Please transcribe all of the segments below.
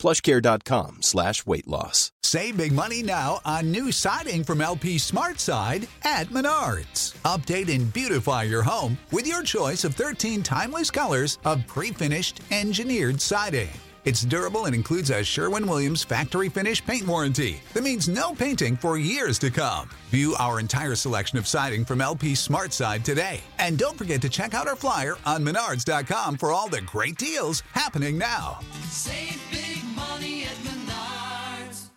Plushcare.com slash weight loss. Save big money now on new siding from LP Smart Side at Menards. Update and beautify your home with your choice of 13 timeless colors of pre finished engineered siding. It's durable and includes a Sherwin Williams factory finish paint warranty that means no painting for years to come. View our entire selection of siding from LP Smart Side today. And don't forget to check out our flyer on menards.com for all the great deals happening now. Save big money at Menards.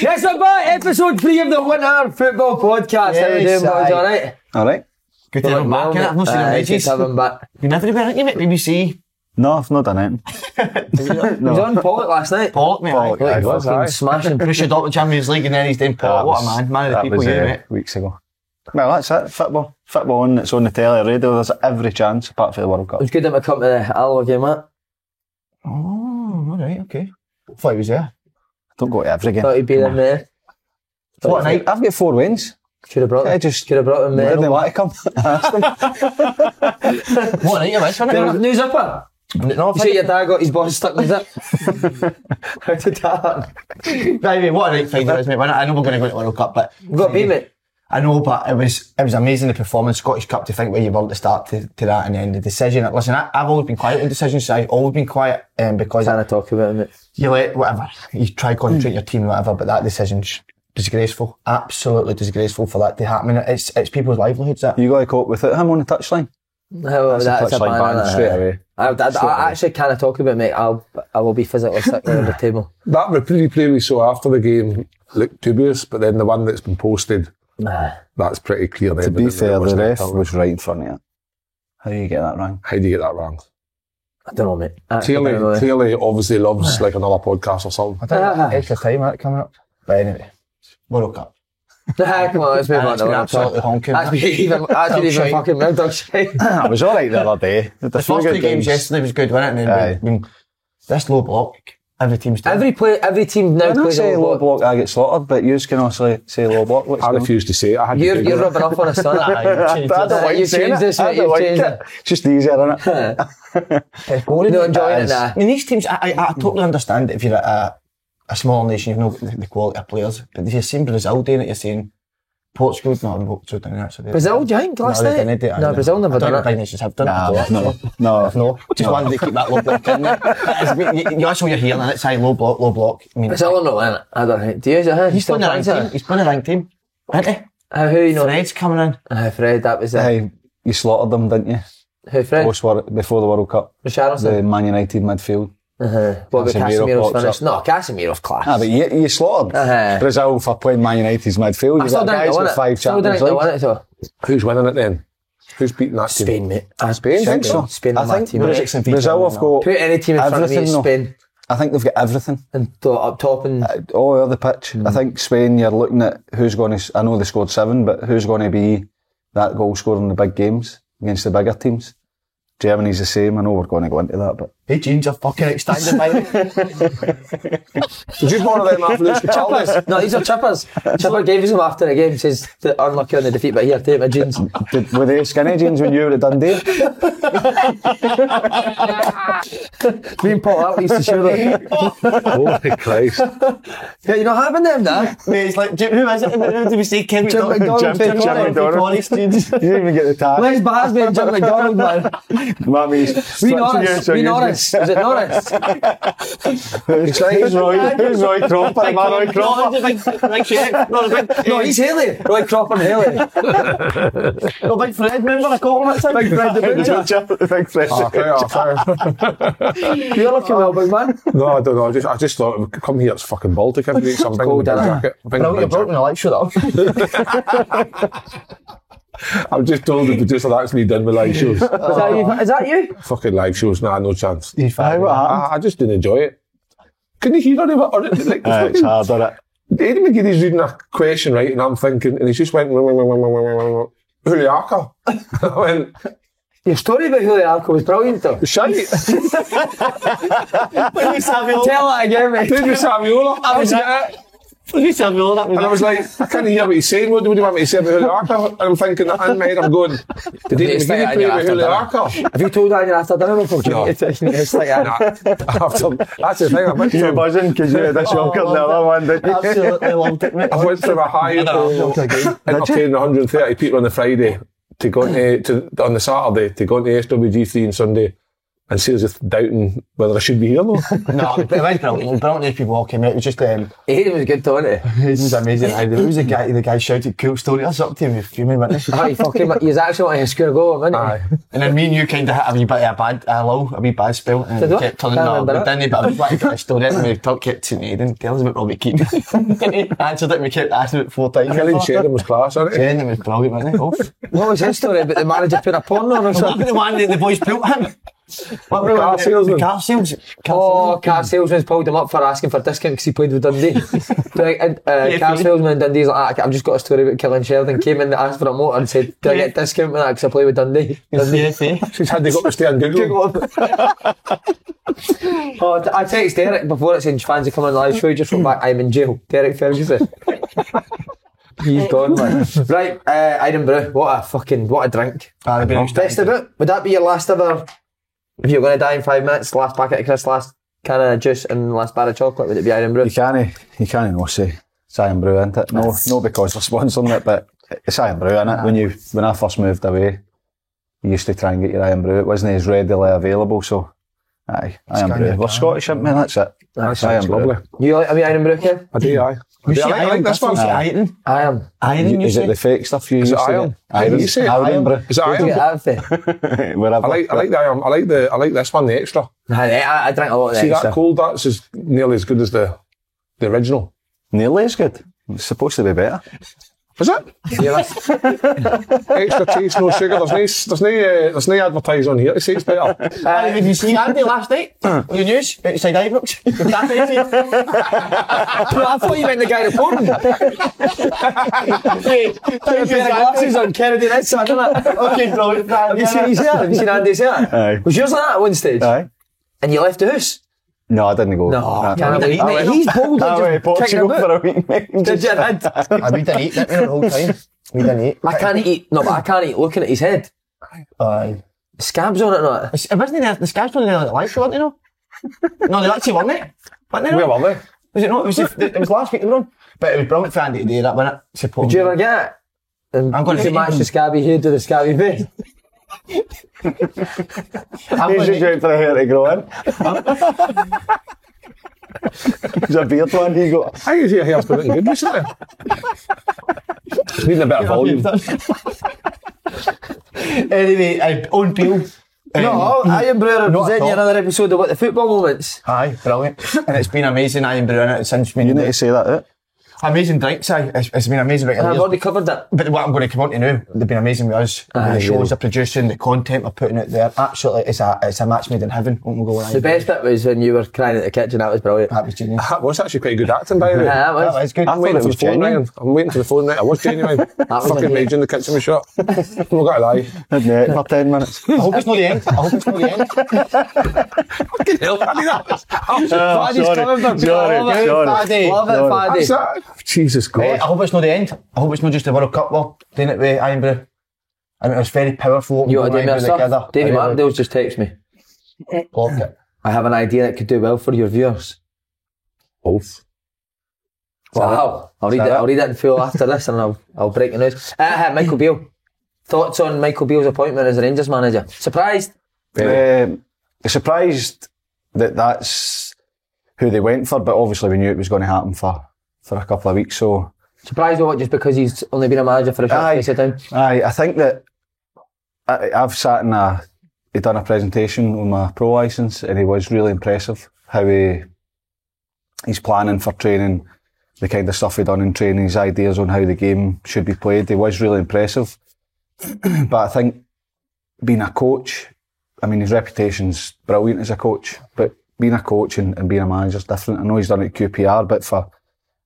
Yes, I'm back. uh, Episode three of the One Arm Football Podcast. How we Yes, doing, boys? aye. All right. All right. Good to have him back, innit? I've not seen him in Aye, good ages. to have him back. Been everywhere, haven't you, mate? BBC, No, I've not done it. He was no. on Pollock last night. Pollock, mate. Pollock, aye. aye, Fucking aye. smashing. Russia up the Champions League and then he's doing Pollock. What a man. Man of the that people, was, you, uh, mate. Weeks ago. Well, that's it. Football. Football on. It's on the telly, radio. There's every chance apart from the World Cup. It was good that we come to the Alloa game, eh? mate. Oh, all right, okay. thought he was there. Don't go to every game. Thought he'd be in there. What night? I've got four wins. Could have brought him. I just- could have brought him They there. didn't want to come. I asked them. What night am I? There was news upper. No, You say your dad got his boss stuck in his zip. How did that happen? Anyway, what a night Friday was, mate. We're not- I know we're going to go to the World Cup, but We got beat, mate. I know, but it was it was amazing the performance. Scottish Cup to think where you were at the start to, to that and then the decision. Listen, I, I've always been quiet on decisions. I've always been quiet um, because Trying to talk about him, mate. you let whatever you try concentrate your team whatever but that decision's disgraceful absolutely disgraceful for that to happen I mean, it's it's people's livelihoods that you got to cope with it. Him on the touchline. How That's a that's a touchline ban, isn't ban it? straight away. I, I, I actually can't talk about it, mate. I'll, I will be physically sick there on the table. that replay play we saw after the game looked dubious, but then the one that's been posted, Nah. that's pretty clear. To be fair, the ref was right in front of it. How do you get that wrong? How do you get that wrong? I don't know, mate. I actually Clearly, don't know. clearly, obviously loves like another podcast or something. I don't know extra time that coming up but anyway World Cup Nah, come on, let's move And on. it's been to absolutely honking That's been even, that's been Dog even shite. fucking round dog shite. I was all right the other day. The, the first two games, yesterday was good wasn't it Aye. and then we- I mean, this low block every team's doing Every play, every team now I don't plays say a low low block. block, I get slaughtered, but you can also say low block. What's I going on? refuse to say it. I had to You're, Google you're it. rubbing off on a son. Aye, you changed I it. don't like You've saying changed it. this, I mate, don't you've like changed it. Just easier, innit? It's boring. Not enjoying it, is. nah. I mean, these teams, I, I, I totally understand that if you're a, a smaller nation, you've not got the, the quality of players. But you're seeing Brazil doing it, you're seeing Portugal, no, Portugal doing it. So they- Brazil, do you think, last no, night? they didn't do it, No, I Brazil don't- never I don't done know it. if Big nations have done Nah, it. no, no, No, just wanted to keep that low block in there. That is- you, you, that's what you're hearing, and it's high low block, low block. I mean, Brazil are not in it. I don't think. Do you? Huh? he's playing the ranked team. He's playing the ranked team. Isn't he? Uh, who you know? Fred's coming in. Uh, Fred, that was it. Aye, you slaughtered them, didn't you? Who, Fred? Post wor- before the World Cup, the Richarlison? Man United midfield. Uh-huh. What about Casemiro Casemiro's pops up. finish? No, Casemiro's class. Ah, but you, you slaughtered Uh-huh. Brazil for playing Man United's midfield. I You've still got didn't guys know with it. five still Champions didn't know League. it, though. Who's winning it then? Who's beating that team? Spain, mate. Ah, Spain, think so. Spain are I my think team, Brazil, mate. Brazil have got Put any team in front of me in everything, though. Spain I think they've got everything and th- up top and uh, all over the pitch. I think Spain, you're looking at who's going to. I know they scored seven, but who's going to be that goal scorer in the big games against the bigger teams? Germany's the same. I know we're going to go into that, but Hey, James, are fucking outstanding, by the way. did you borrow them off Luke Charles? No, these are chippers. Chipper gave us them after the game. Says "They're unlucky on the defeat, but here, take my jeans. Did, were they skinny jeans when you were at Dundee? Me and Paul Out used to share them. Holy Christ. Yeah, you're not having them now. Mate, it's like, Jim- who is it? Who did we say? Kim Jim McDonald, Jim, Jim Jim, McDonald. McDonald. You didn't even get the tag. Where's Baz being Jim McDonald, man? Mummy's. We Norris. We Norris. Is it Norris? Who's Roy? Who's Roy Cropper? Am I Roy Cropper? No, he's Haley. Roy Cropper and Haley. No, Big Fred, remember I called him that time? Big Fred, Big fresh. Ah, fair, ah, fair. You're looking well, big man. no, I don't know. I just, I just thought, come here, it's fucking Baltic every week. So I'm bringing cold, my isn't it? jacket. I'm bringing Bro, my you're broken the light, shut up. jacket. I'm just told the producer that's me done with live Is shows. that you? Is that you? fucking live shows, nah, no chance. Aye, what happened? I, I just didn't enjoy it. couldn't hear any of it. Or, it- like, Aye, it's hard, isn't it? Eddie McGeady's reading a question, right, and I'm thinking, and he's just went, Huliaka. I went, Your story about Juliarco was brilliant, though. shite. Please have your Tell it again, mate. Did we Saviola? I was it. Please have your that And I was like, I can't hear what he's saying. What do you want me to say about Huliaka? And I'm thinking, in my head, I'm going, did Eddie It's like McGeady play Anya with Huliaka? Have you told Daniel after dinner before? No. It's like uh, that. That's the thing, I went You were from, buzzing because you had a shocker in the other one, didn't you? Absolutely loved it, mate. I went from a high uh, of entertaining 130 people on the Friday to go to, to on the Saturday to go to SWG3 on Sunday and seriously doubting whether I should be here though. No, it was brilliant. Brilliant as people all came out. It was just, um, Aiden was good, though, wasn't he? it was amazing. I, there was a guy, the guy shouted, cool story. I was up to him, you mean, wasn't Oh, he fucking, he was actually wanting to score a goal, wasn't he? Aye. And then me and you kind of hit a wee bit of a bad, a low, a wee bad spell. And Did we we? kept turning Can't no, remember we it. didn't, but I was like, I still didn't. We talked- kept to Aiden, tell us about Robbie Keane. and he answered it, and we kept asking it four times. Killing Sheridan was class, isn't it? Sheridan was brilliant, wasn't he? Off. What was his story about the manager putting a porn on or What something? happened to the one that the boys built him? What The car salesman. The car sales. Car Oh, salesman. car salesman's pulled him up for asking for discount because he played with Dundee. Do I, and, uh, car salesman in Dundee's like, "Ah, I've just got a story about killing Sheridan. Came in, asked for a motor, and said, "Do I get discount with that because I play with Dundee?" Dundee. Yes, eh? She's had they got to stay on Google. Oh, I text Derek before it's in fans are coming on the live show. He just went back. I'm in jail. Derek Ferguson. He's gone, man. Right, uh, Edinburgh. What a fucking what a drink. Ah, they've been Best of it. Would that be your last ever? If you're going to die in five minutes, last packet of crisps, last can of juice, and last bar of chocolate, would it be Edinburgh? You can't, you can't not say it's Iron Brew, isn't it? No, no, because they're sponsoring it, but it's Iron Brew, isn't Ah. it? eh? When you, when I first moved away, you used to try and get your Iron Brew. It wasn't as readily available, so aye, Iron Brew. We're Scottish, aren't we? That's it. That's It's lovely. You like I mean Edinburgh, Kev? I do, aye. I, do, I, like, I like this one. Iron. I am. Iron, you Is it say? the fake stuff you Is used it to iron? get? Iron. You say Iron iron? Brew. Is it Do you iron? have to? Wherever. I like, I like the iron. I like the, I like this one, the extra. Nah, I, I drink a lot of See that. that cold, that's as nearly as good as the, the original. Nearly as good. It's supposed to be better. Is it? Extra taste, no sugar. There's no, there's no, uh, there's no advertise on here to say it's better. Aye, Have you seen Andy last night? Your news? Outside Ibrox? I thought you meant the guy reporting. Put A pair of glasses on Kennedy that side, didn't it? Okay, bro. Have you seen his hair? Have you seen Andy's hair? Aye. Was yours like that at one stage? Aye. And you left the house? No, I didn't go. No, Nah. can't have eaten it. He's bold. I went to Portugal for a week, mate. Did you? Did. I we didn't eat that the whole time. We didn't eat. I can't eat. No, but I can't eat looking at his head. Aye. Scabs on it, not. It wasn't the, the scabs were there like, weren't they, no? No, they actually weren't, mate. Weren't they, no? Where were they? Was it not? It was, the, it was last week they were on. But it was brilliant for Andy to do that, wasn't it? Support Did you ever get it? And I'm gonna to eat Um, match him. the scabby head to the scabby face. I'm He's gonna- just out for a hair to grow in. There's a beard one, he got. I guess your hair's been looking good recently. Needing a bit of volume. anyway, I own Peel. Um, No, I am Brewer Not at presenting all. another episode of What the Football Moments. Aye, brilliant. and it's been amazing. I am brewing it since we You need to say that eh? out. amazing drinks. Aye, it's, it's been amazing. And I've But already covered that. what I'm going to come on to now, they've been amazing with us. Aye, the shows really. they're producing, the content they're putting out there. Absolutely, it's a it's a match made in heaven. Won't we go on? The best bit was when you were crying at the kitchen. That was brilliant. That was genius. That was actually quite good acting, by the way. Yeah, Ah, that was. That was good. I I'm waiting thought it for the was phone genuine. ringing. I'm waiting for the phone ringing. I was genuine. was Fucking a- rage in the kitchen was shut. I'm not going to lie. Didn't it for 10 minutes. I hope it's not the end. I hope it's not the end. Fucking hell, I mean, that was... Oh, Faddy's coming back. Love it, sorry. Love it, Sorry. Faddy. That's that. Jesus Eh, God. I hope it's not the end. I hope it's not just the World Cup. Well, doing it with Ironbrew. I mean, it was very powerful. You We want to do were more together. stuff? Davey I really Martindale's just texted me. loved it. I have an idea that could do well for your viewers. Both. Wow. I'll read it. that I'll read it in full after this, and I'll I'll break the news. Uh, uh, Michael Beale. Thoughts on Michael Beale's appointment as a Rangers manager? Surprised? Um, surprised that that's who they went for, but obviously we knew it was going to happen for, for a couple of weeks, so Surprised or what? Just because he's only been a manager for a short Aye. space of time. Aye, I think that I, I've sat in a, he done a presentation on my pro license, and he was really impressive how he he's planning for training, the kind of stuff he done in training, his ideas on how the game should be played. He was really impressive, but I think being a coach, I mean, his reputation's brilliant as a coach, but being a coach and, and being a manager is different. I know he's done it at QPR, but for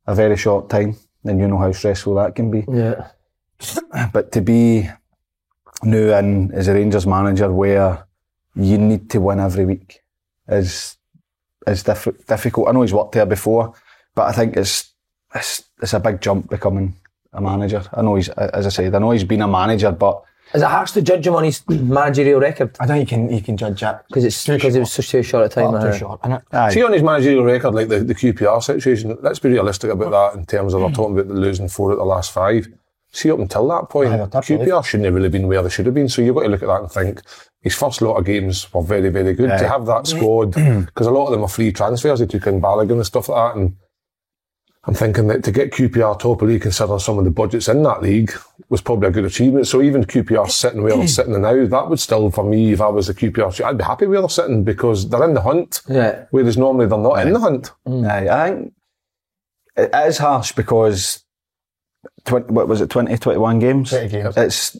a very short time, and you know how stressful that can be. Yeah. But to be new in as a Rangers manager, where you need to win every week, is is diff- difficult. I know he's worked there before, but I think it's it's, it's a big jump becoming a manager. I know he's, as I said, I know he's been a manager, but Is it harsh to judge him on his managerial record? I think you can you can judge that Because it's because it was such too short a time. uh, too aye. short, innit? aye. See on his managerial record, like the, the QPR situation, let's be realistic about that in terms of they're talking about the losing four at the last five. See, up until that point, Aye, they're top QPR shouldn't have really been where they should have been. So you've got to look at that and think his first lot of games were very, very good. To have that squad, because a lot of them are free transfers, they took in Balogun and stuff like that. And I'm thinking that to get QPR top of the league, considering some of the budgets in that league, was probably a good achievement. So even QPR sitting where they're sitting now, that would still, for me, if I was the QPR, I'd be happy where they're sitting because they're in the hunt. Yeah. Whereas normally they're not in the hunt. Aye, I think it it is harsh because twen- what was it 20, 21 games? 20 games. It's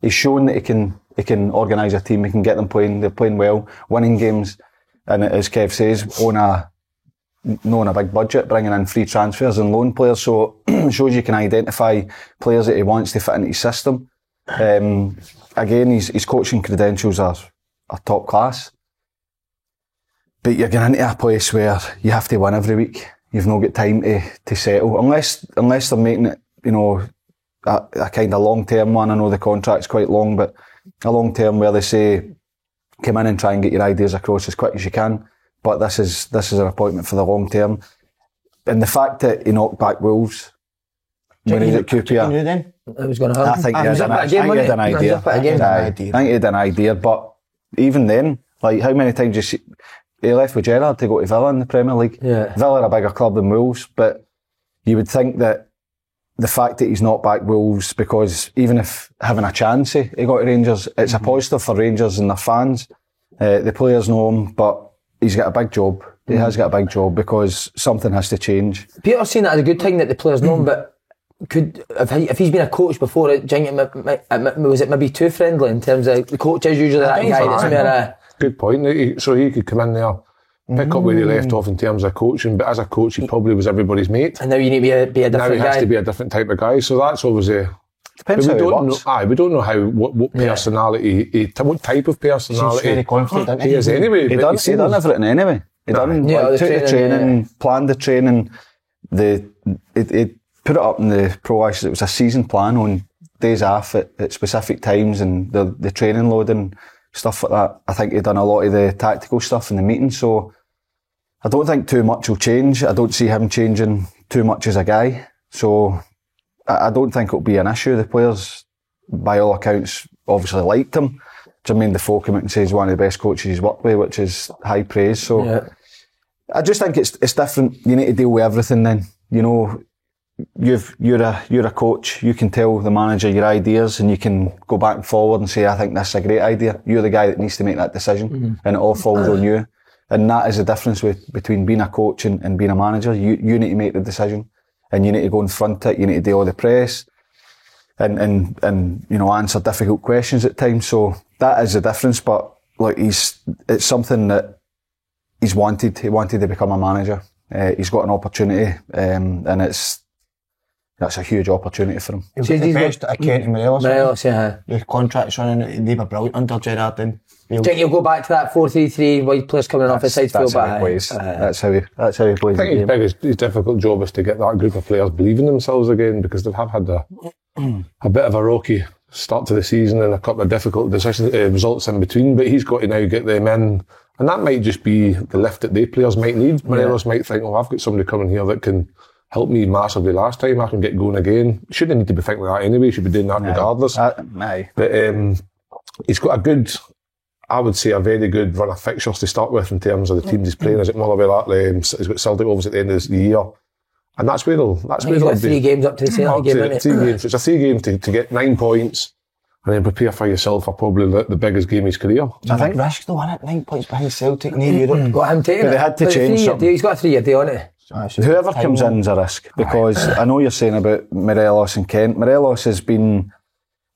he's shown that he can he can organise a team, he can get them playing, they're playing well, winning games, and as Kev says, on a no on a big budget, bringing in free transfers and loan players, so shows you can identify players that he wants to fit into his system. Um, again, his, his coaching credentials are are top class. But you're going into a place where you have to win every week. You've not got time to, to settle unless unless they're making it, you know, a, a kind of long term one. I know the contract's quite long, but a long term where they say, come in and try and get your ideas across as quick as you can. But this is this is an appointment for the long term. And the fact that he knocked back Wolves when he was at QPR. You then? It was going to I happen. think he Ah, had he's an, up I it again, think he had wasn't an he? idea. He's up it again. Aye. an idea. I think he had an idea, but even then, like how many times you see, he left with Gerrard to go to Villa in the Premier League. Yeah. Villa are a bigger club than Wolves, but you would think that the fact that he's not back Wolves because even if having a chance, eh, he got to Rangers, it's a positive for Rangers and their fans. Uh, the players know him, but he's got a big job. He has got a big job because something has to change. Peter's saying that as a good thing that the players know him, but could if, he, if he's been a coach before, it, do you think it, mi- mi- it, mi- was it maybe too friendly in terms of the coach is usually that guy that's more a Good point. He- So he could come in there, pick up where he left off in terms of coaching, but as a coach, he probably was everybody's mate. and now you need to be a, be a Now different he has guy. to be a different type of guy. So that's always a. Depends we how it don't know. works. Aye, we don't know how what, what personality, he, t- what type of He's very personality confident, isn't he is anyway. He but done, he's he seen done him. everything anyway. He done Yeah, the like, took the training, training, planned the training. The it, it put it up in the pro ice. It was a season plan on days off at, at specific times and the the training load and stuff like that. I think he done a lot of the tactical stuff in the meeting. So I don't think too much will change. I don't see him changing too much as a guy. So I, I don't think it'll be an issue. The players, by all accounts, obviously liked him. Jermaine Defoe came out and says one of the best coaches he's worked with, which is high praise. So Yeah. I just think it's it's different. You need to deal with everything. Then you know, you've you're a you're a coach. You can tell the manager your ideas, and you can go back and forward and say, I think that's a great idea. You're the guy that needs to make that decision, and it all falls on you. And that is the difference with, between being a coach and, and being a manager. You you need to make the decision, and you need to go in front of it. You need to deal with the press and and and you know answer difficult questions at times. So that is the difference. But like he's it's something that he's wanted. He wanted to become a manager. Uh, he's got an opportunity, um, and it's that's a huge opportunity for him. He's the best at Kent and Morelos. Morelos, yeah. The contracts running, they were brilliant under Gerrard and Do you think he'll go back to that 4-3-3 wide players coming off the side field that's how he back? uh, plays. that's how he. That's how he plays. The I think his game. biggest, his difficult job is to get that group of players believing themselves again because they have had a, a bit of a rocky start to the season and a couple of difficult decisions, uh, results in between. But he's got to now get them in, and that might just be the lift that their players might need. Morelos might think, "Oh, I've got somebody coming here that can." Help me massively last time. I can get going again. Shouldn't need to be thinking that anyway. Should be doing that regardless. Uh, aye. But um, he's got a good, I would say, a very good run of fixtures to start with in terms of the teams Mm-hmm. he's playing. Is it Motherwell? at, Um, he's got Celtic Wolves at the end of the year, and that's where they'll that's where He's they'll got three be. games up to the Up Celtic game, to isn't it? three games. It's a three game to, to get nine points, and then prepare for yourself for probably the, the biggest game of his career. I think risk though, innit? Nine points behind Celtic, near Europe. Got him taking But Mm. they it. had to But change three-year something. deal, He's got a three-year deal on it. Ah, so Whoever time comes on. in is a risk because I know you're saying about Morelos and Kent. Morelos has been.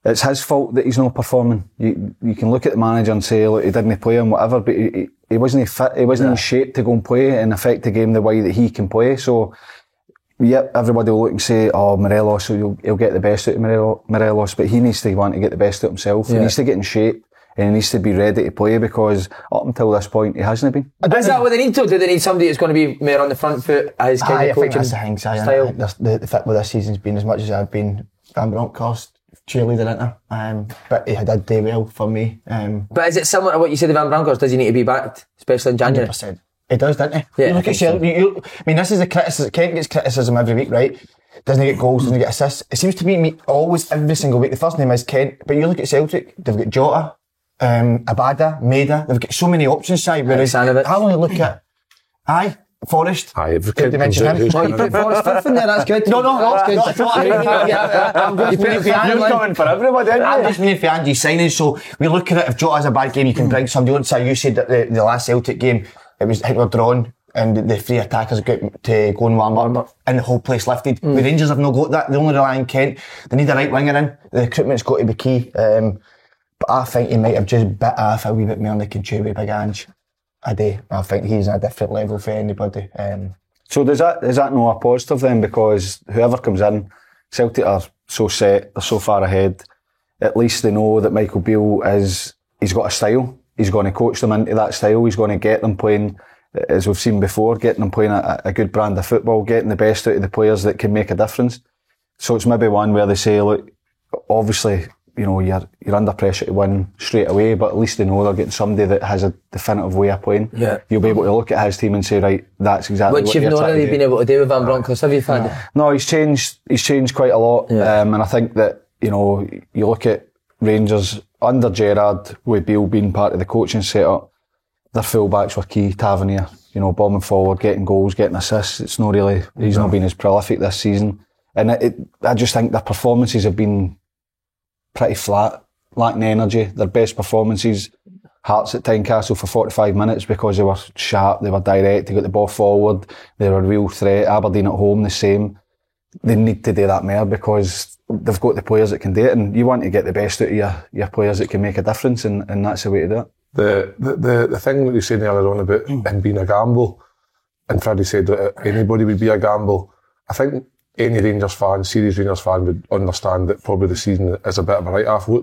It's his fault that he's not performing. You, you can look at the manager and say, look, he didn't play him, whatever, but he, he, he wasn't fit, he wasn't in shape to go and play and affect the game the way that he can play. So, yep, everybody will look and say, "Oh, Morelos, he'll, he'll get the best out of Morel- Morelos," but he needs to want to get the best out of himself. He Yeah. needs to get in shape and he needs to be ready to play because up until this point, he hasn't been. Is that what they need to? Do they need somebody that's going to be more on the front foot as Aye, kind I of think coaching that's the thing, Si, I style? think that's the, the fit with this season's been as much as I've been Van Bronckhorst cheerleader in her. Um, but he did do well for me. Um, But is it similar to what you said to Van Bronckhorst? Does he need to be backed, especially in January? 100%. He does, doesn't he? Yeah, you look I think at so. Shell. You, you- I mean, this is the criticism. Kent gets criticism every week, right? Doesn't he get goals? Doesn't he get assists? It seems to me, me always every single week. The first name is Kent, but you look at Celtic. They've got Jota, um, Abada, Maida. They've got so many options. Side whereas Aleksandrovic. I only look at aye Forest. Aye, if Did Kent they comes mention out, him? who's Oh, you coming put in? Forrest Fifth in there, that's good. No, no, that's good. That's I mean, yeah, yeah, I'm just You put meaning Fifth for in there. Andy. for everybody, I'm just meaning for Andy's signing, so we look at it. If Jota has a bad game, you can bring somebody on. So you said that the, the last Celtic game, it was I think we were drawn, and the, the three attackers got to go and warm up, and the whole place lifted. The Rangers have not got that. They only rely on Kent. They need a right winger in. The recruitment's got to be key. Um, but I think he might have just bit off a wee bit more than they can chew with Big Ange. I do. I think he's on a different level for anybody. Um, So does that is that no a positive then? Because whoever comes in, Celtic are so set, they're so far ahead. At least they know that Michael Beale is he's got a style. He's going to coach them into that style. He's going to get them playing, as we've seen before, getting them playing a, a good brand of football, getting the best out of the players that can make a difference. So it's maybe one where they say, look, obviously, you know, you're you're under pressure to win straight away, but at least they know they're getting somebody that has a definitive way of playing. Yeah. You'll be able to look at his team and say, right, that's exactly Which what you've you're not trying to really do. been able to do with Van Bronckhorst, have you, Faddy? No, he's changed. He's changed quite a lot, Yeah. um, and I think that you know you look at Rangers under Gerard with Beale being part of the coaching setup. Their fullbacks were key. Tavernier, you know, bombing forward, getting goals, getting assists. It's not really. He's not been as prolific this season, and it, it, I just think their performances have been pretty flat, lacking energy. Their best performances. Hearts at Tynecastle for 45 minutes because they were sharp, they were direct, they got the ball forward, they were a real threat. Aberdeen at home, the same they need to do that more because they've got the players that can do it, and you want to get the best out of your, your players that can make a difference, and, and that's the way to do it. the, the, the, the thing that you said earlier on about Hmm. him being a gamble, and Freddie said that anybody would be a gamble. I think any Rangers fan, serious Rangers fan, would understand that probably the season is a bit of a write off. What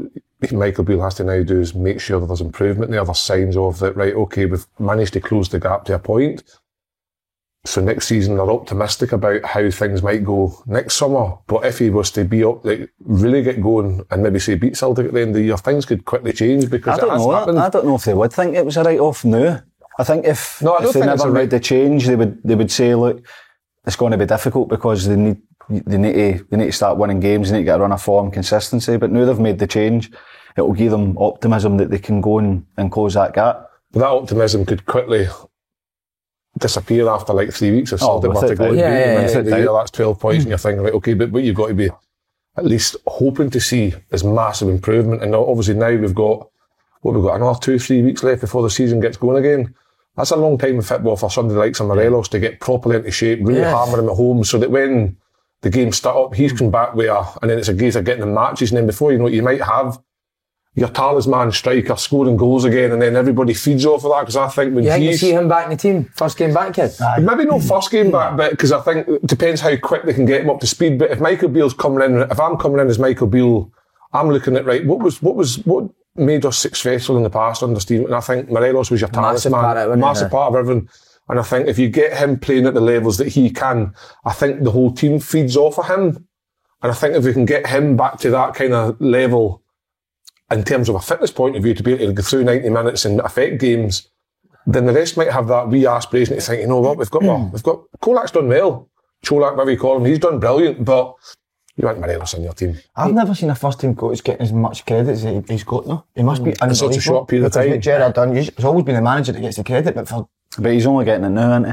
Michael Beale has to now do is make sure that there's improvement there, there's signs of that, right, okay, we've managed to close the gap to a point. So next season they're optimistic about how things might go next summer. But if he was to be up, like, really get going and maybe say beat Celtic at the end of the year, things could quickly change because I don't it has know. happened. I, I don't know if they would think it was a write off now. I think if, No, I don't if they think it's never a made the change, they would they would say, look, it's going to be difficult because they need they need to they need to start winning games, they need to get a run of form, consistency. But now they've made the change, it will give them optimism that they can go and, and close that gap. But that optimism could quickly disappear after like three weeks if Oh, something were without to go and doubt. beat Yeah, them yeah, at the end of the yeah. year, that's 12 points and you're thinking, right, okay, but what you've got to be at least hoping to see is massive improvement. And now- obviously now we've got, what we've got, another two, three weeks left before the season gets going again. That's a long time in football for somebody like some Morelos to get properly into shape, really Yeah. hammer him at home so that when the game start up, he's come back with a, and then it's a case of getting the matches. And then before you know it, you might have your talisman striker scoring goals again, and then everybody feeds off of that. Because I think when You think you he's see him back in the team? First game back, kid? maybe not first game back, but because I think it depends how quick they can get him up to speed. But if Michael Beale's coming in, if I'm coming in as Michael Beale, I'm looking at right. What was what was what made us successful in the past under Steve? And I think Morelos was your Massive talisman, part of it, wasn't massive it? part of everything. And I think if you get him playing at the levels that he can, I think the whole team feeds off of him. And I think if we can get him back to that kind of level in terms of a fitness point of view to be able to go through 90 minutes and affect games, then the rest might have that wee aspiration to think, you know what, we've got, Hmm. well, we've got, Kolak's done well. Cholak, whatever you call him, he's done brilliant, but you want Morelos on your team. I've never seen a first team coach getting as much credit as he, he's got though. He must be In Mm. such a short period of because time. What Gerard done, he's he's always been the manager that gets the credit, but for But he's only getting it now, isn't he?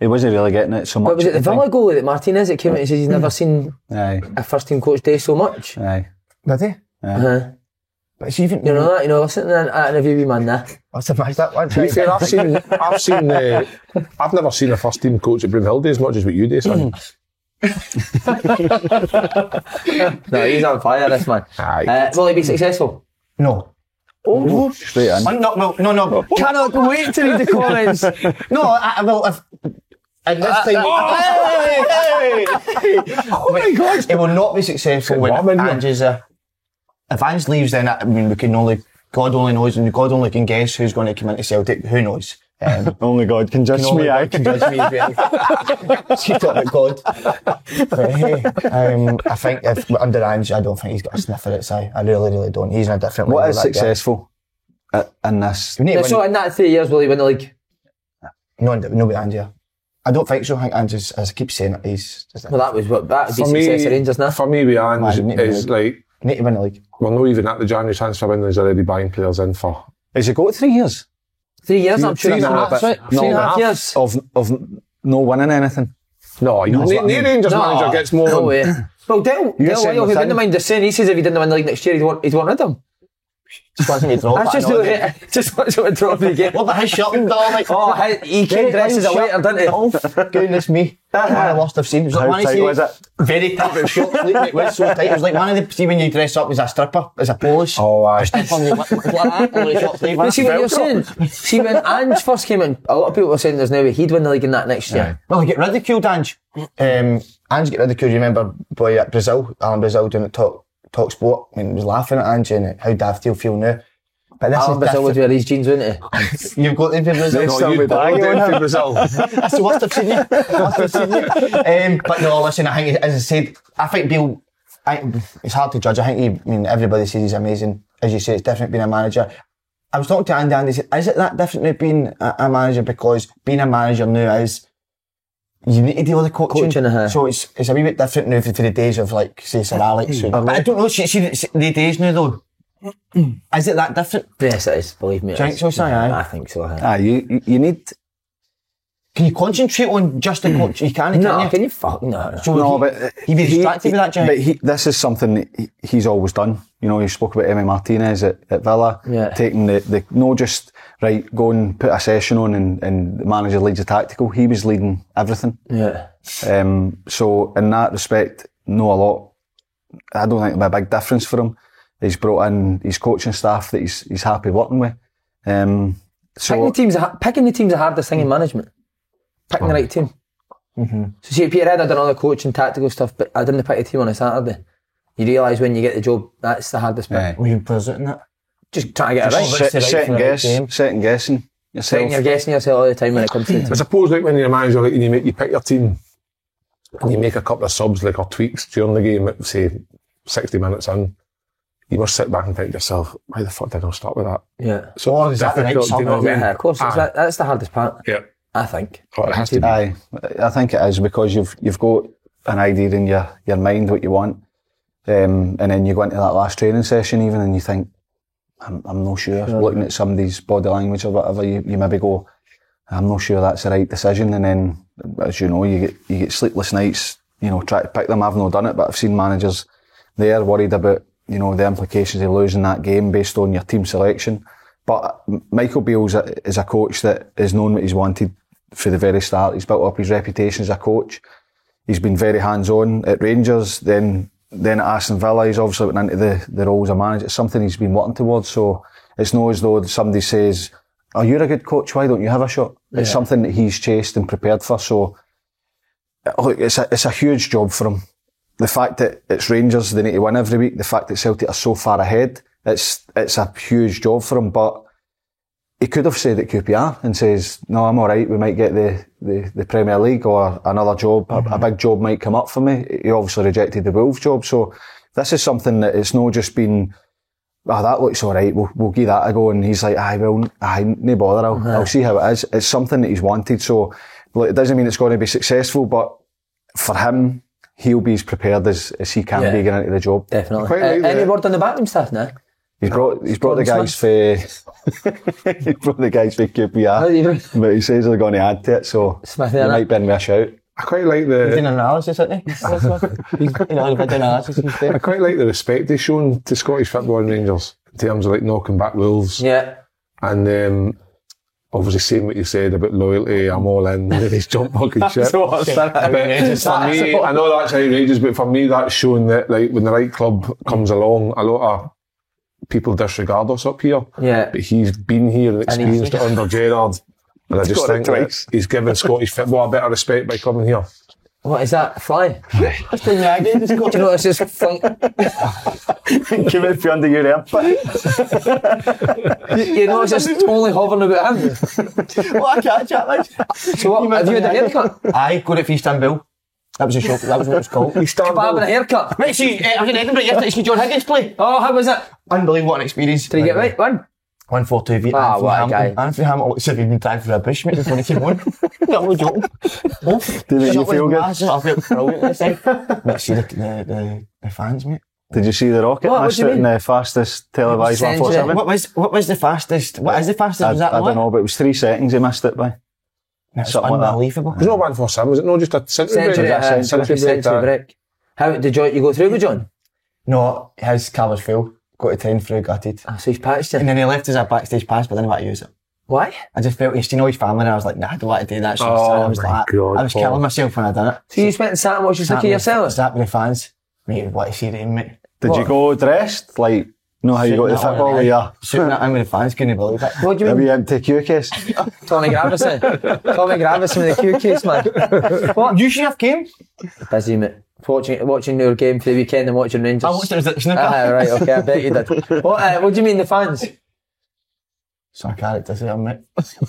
He wasn't really getting it so much. But was it the at the Villa time. goalie that Martinez that came out and says he's never seen Aye, a first team coach day so much? aye. did he? Uh-huh. But it's even You know that? You know, sitting there in that interview, wee man, there. I was surprised that one. To be fair, I've seen, I've seen, uh, I've never seen a first team coach at Broomhilde as much as what you do, Hmm. son. No, he's on fire, this man. Aye. Uh, will he be successful? no. Oh, Straight in. Oh, no, no, no, no. cannot wait to read the comments. No, I, I will. If, and this time, Uh, hey, oh my god, it will not be successful when woman, yeah. Angie's there. If Ange leaves, then uh, I mean, we can only God only knows, and God only can guess who's going to come into Celtic. Who knows? Um, Only God can judge only me. I God can judge me as well. She talked about God. But hey, um, I think if we're under Ange, I don't think he's got a sniff at it. Si. I really, really don't. He's in a different. What level, is that guy. successful i- in this? We need to so win. in that three years, will he win the league? No, no, with Ange. I don't think so. I think Ange's, as I keep saying, it, he's. he's- Well, that was what that would be For success at Rangers now. for me, we Ange Right, is like We need to win the league. we're not even at the January transfer window. He's already buying players in for. Has he got three years? Three years, I'm sure. three and a half, that's right. no, Three and a half half. years. Of of no winning anything. No, no, that's what I mean. Rangers No, manager gets more. No than- way. Well, Del, Del saying Lyle, the he wouldn't same. mind the saying. He says if he didn't win the league next year, he'd want, he'd want rid of him. Just wants me to throw That's back just on the it. way, just wants him to drop the game. What about his shot, Dominic? Oh, he- he can dress as a waiter, didn't he? Oh, goodness me. That's one of the worst I've seen. It was like How one of tight these- was it? Very tight, but short sleeve, it was so tight. It was like one of the, see when you dress up as a stripper, as a Polish. Oh, aye. Strip on the lip, like that, only short sleeve. But see what you're saying? See, when Ange first came in, a lot of people were saying there's no way he'd win the league in that next year. Well, he get ridiculed, Ange. Um, Ange get ridiculed. You remember boy at Brazil, Alan Brazil doing it talk talk sport. I mean, he was laughing at Ange and how daft he'll feel now. But this Alan is Brazil would different. wear his jeans, wouldn't he? You've got to be Brazil. No, you bag it into Brazil. That's the worst I've seen you. Worst I've seen you. Um, but no, listen, I think, as I said, I think Bill, I, it's hard to judge. I think he, I mean, everybody says he's amazing. As you say, it's different being a manager. I was talking to Andy, Andy said, is it that different now being a, a manager? Because being a manager now is, you need to deal with the coaching. Coaching, uh-huh. So it's, it's a wee bit different now for, for the days of like, say, Sir Alex. and- but I don't know, see, see, the days now though, is it that different? Yes, it is. Believe me. it Do you think is. so, Si, aye? I think so. aye. Ah, you you- you need Can you concentrate on just the coach? You can, No, can you? can you fuck no? So no, he- but he'd be distracted with that, Jack. But he, this is something that he, he's always done. You know, you spoke about Emmy Martinez at, at Villa, Yeah. taking the, the no just right go and put a session on and, and the manager leads a tactical. He was leading everything. Yeah. Um, so in that respect, no a lot. I don't think it'll be a big difference for him. He's brought in his coaching staff that he's he's happy working with. Um, Picking so the teams, picking the teams the hardest thing in management. Picking the right team. Mm-hmm. So see, at Peterhead, I done all the coaching, tactical stuff, but I didn't pick a team on a Saturday. You realise when you get the job, that's the hardest bit. Aye. Were you president that? Just trying to get it right. Just se- right second for the guess, game. second guessing yourself. Second, you're guessing yourself all the time when it comes to the I team. suppose like when you're a manager like, and you make you pick your team and you make a couple of subs like or tweaks during the game at say sixty minutes in, you must sit back and think to yourself, why the fuck did I start with that? Yeah. So Oh, is that the difficult, right do you know what I mean? Yeah, of course. it's Aye. that, that's the hardest part, Yeah. I think. Oh, it has to be. Aye, I think it is because you've you've got an idea in your, your mind what you want, um, and then you go into that last training session even and you think, I'm, I'm not sure. Looking at somebody's body language or whatever, you, you maybe go, I'm not sure that's the right decision, and then as you know, you get you get sleepless nights. You know, try to pick them. I've not done it, but I've seen managers there worried about you know the implications of losing that game based on your team selection. But M- Michael Beale's a, is a coach that has known what he's wanted for the very start. He's built up his reputation as a coach. He's been very hands-on at Rangers, then then at Aston Villa. He's obviously went into the, the role as a manager. It's something he's been working towards. So it's not as though somebody says, "Oh, you're a good coach. Why don't you have a shot?" It's something that he's chased and prepared for. So uh, look, it's a it's a huge job for him. The fact that it's Rangers, they need to win every week. The fact that Celtic are so far ahead, it's it's a huge job for him. But he could have stayed at QPR and says, "No, I'm all right. We might get the the, the Premier League or another job. A, Mm-hmm. a big job might come up for me." He obviously rejected the Wolves job, so this is something that it's not just been. Oh, that looks all right. We'll, we'll give that a go. And he's like, "Aye, well, aye, no bother. I'll, I'll see how it is." It's something that he's wanted, so look, it doesn't mean it's going to be successful, but for him, he'll be as prepared as, as he can Yeah. be getting into the job. Definitely. Quite Uh, right any there. word on the backroom staff now? He's brought he's brought the Gordon guys for he's brought the guys for How QPR. do you- But he says they're going to add to it, so Smith, they yeah, might bend me a shout. I quite like He's the doing analysis, isn't he? He's doing analysis I instead. quite like the respect they've shown to Scottish football and Rangers in terms of like knocking back wolves Yeah. and um, obviously saying what you said about loyalty, I'm all in with this jump fucking shit. But for me, I know that's outrageous, but for me, that's showing that like when the right club comes along, a lot of people disregard us up here. Yeah. But he's been here and he's- experienced it under Gerard. And I just got it think that twice. he's given Scottish football a bit of respect by coming here. What is that? Fly? Do you know it's just fly? Came in from under your armpit. You know it's just only hovering about him. What a catch that was. So what? have you had a haircut? Aye, got it for Istanbul. That was a shock. That was what it was called. Have I had a haircut? Mate, see, uh, I was in Edinburgh yesterday to see John Higgins play. Oh, how was it? Unbelievable, what an experience. Did you get right one? 142 Vietnam. Ah, what a guy. Anthony oh, Hamilton looks like he'd been trying for a bush, mate, before he came on. no, I'm joking. Did it Shut you up feel with his good? glasses, I felt brilliant this time. Mate, see the, the, the, the fans, mate. Did you see the rocket What, what missed do you it in the fastest televised Sends 147? What was, what was the fastest? What is the fastest? I, was that I Mallet? don't know, but it was three seconds he missed it by. That's Something like that. unbelievable. There's no one for Sam, was it? No, just a century. Century, break. uh, Century century, break, uh, break. How did you, you go through with John? No, his car was full. Got to train through, gutted. Ah, so he's patched And it. then he left us a backstage pass, but then I had to use it. Why? I just felt he's seen all his family, and I was like, nah, I don't want to do that. So Oh, I was my like, God, I was Paul. killing myself when I done it. So you just went and sat and watched the ticket yourself? Sat with the fans. Mate, what a shame, mate. Did you go dressed? Like, know how you got to the Shouldn't football? have- Yeah. Shouldn't have- I mean, the fans couldn't believe it. What do you Have mean? you empty queue case? Tommy Gravison. Tommy Gravison with the Q case, man. What? You should have came. Busy, mate. Watching, watching your game for the weekend and watching Rangers. I watched it as a snooker. Ah, right, okay, I bet you did. What, uh, what do you mean, the fans? So I can't say I'm mate.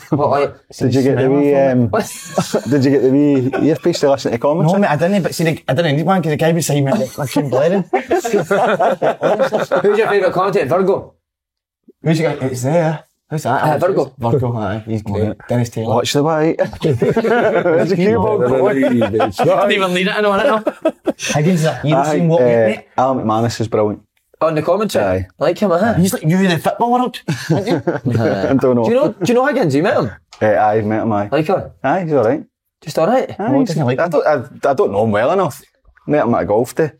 What, uh, like, Did you get the wee, um, did you get the wee earpiece to listen to comments? No, mate, I didn't, but see, the, I didn't need one because the guy beside me, I came blaring. who's your favourite commentator? Virgo. Who's your guy? It's there. Who's that? Uh, Virgo. Virgo, aye. He's great. Dennis Taylor. Watch the way. There's a cue ball going. Right. even need it, I know, I don't know. Higgins, you didn't Aye, see him walk in, eh, mate. Alan McManus is brilliant. On the commentary. Aye. Like him, huh? He's like you in the football world. I don't know. Do you know, do you know Higgins? You met him? Eh, aye, I've met him, aye. Like her? Aye, he's alright. Just alright? Aye, No, he's- doesn't he like I, don't, I, I don't know him well enough. Met him at a golf day.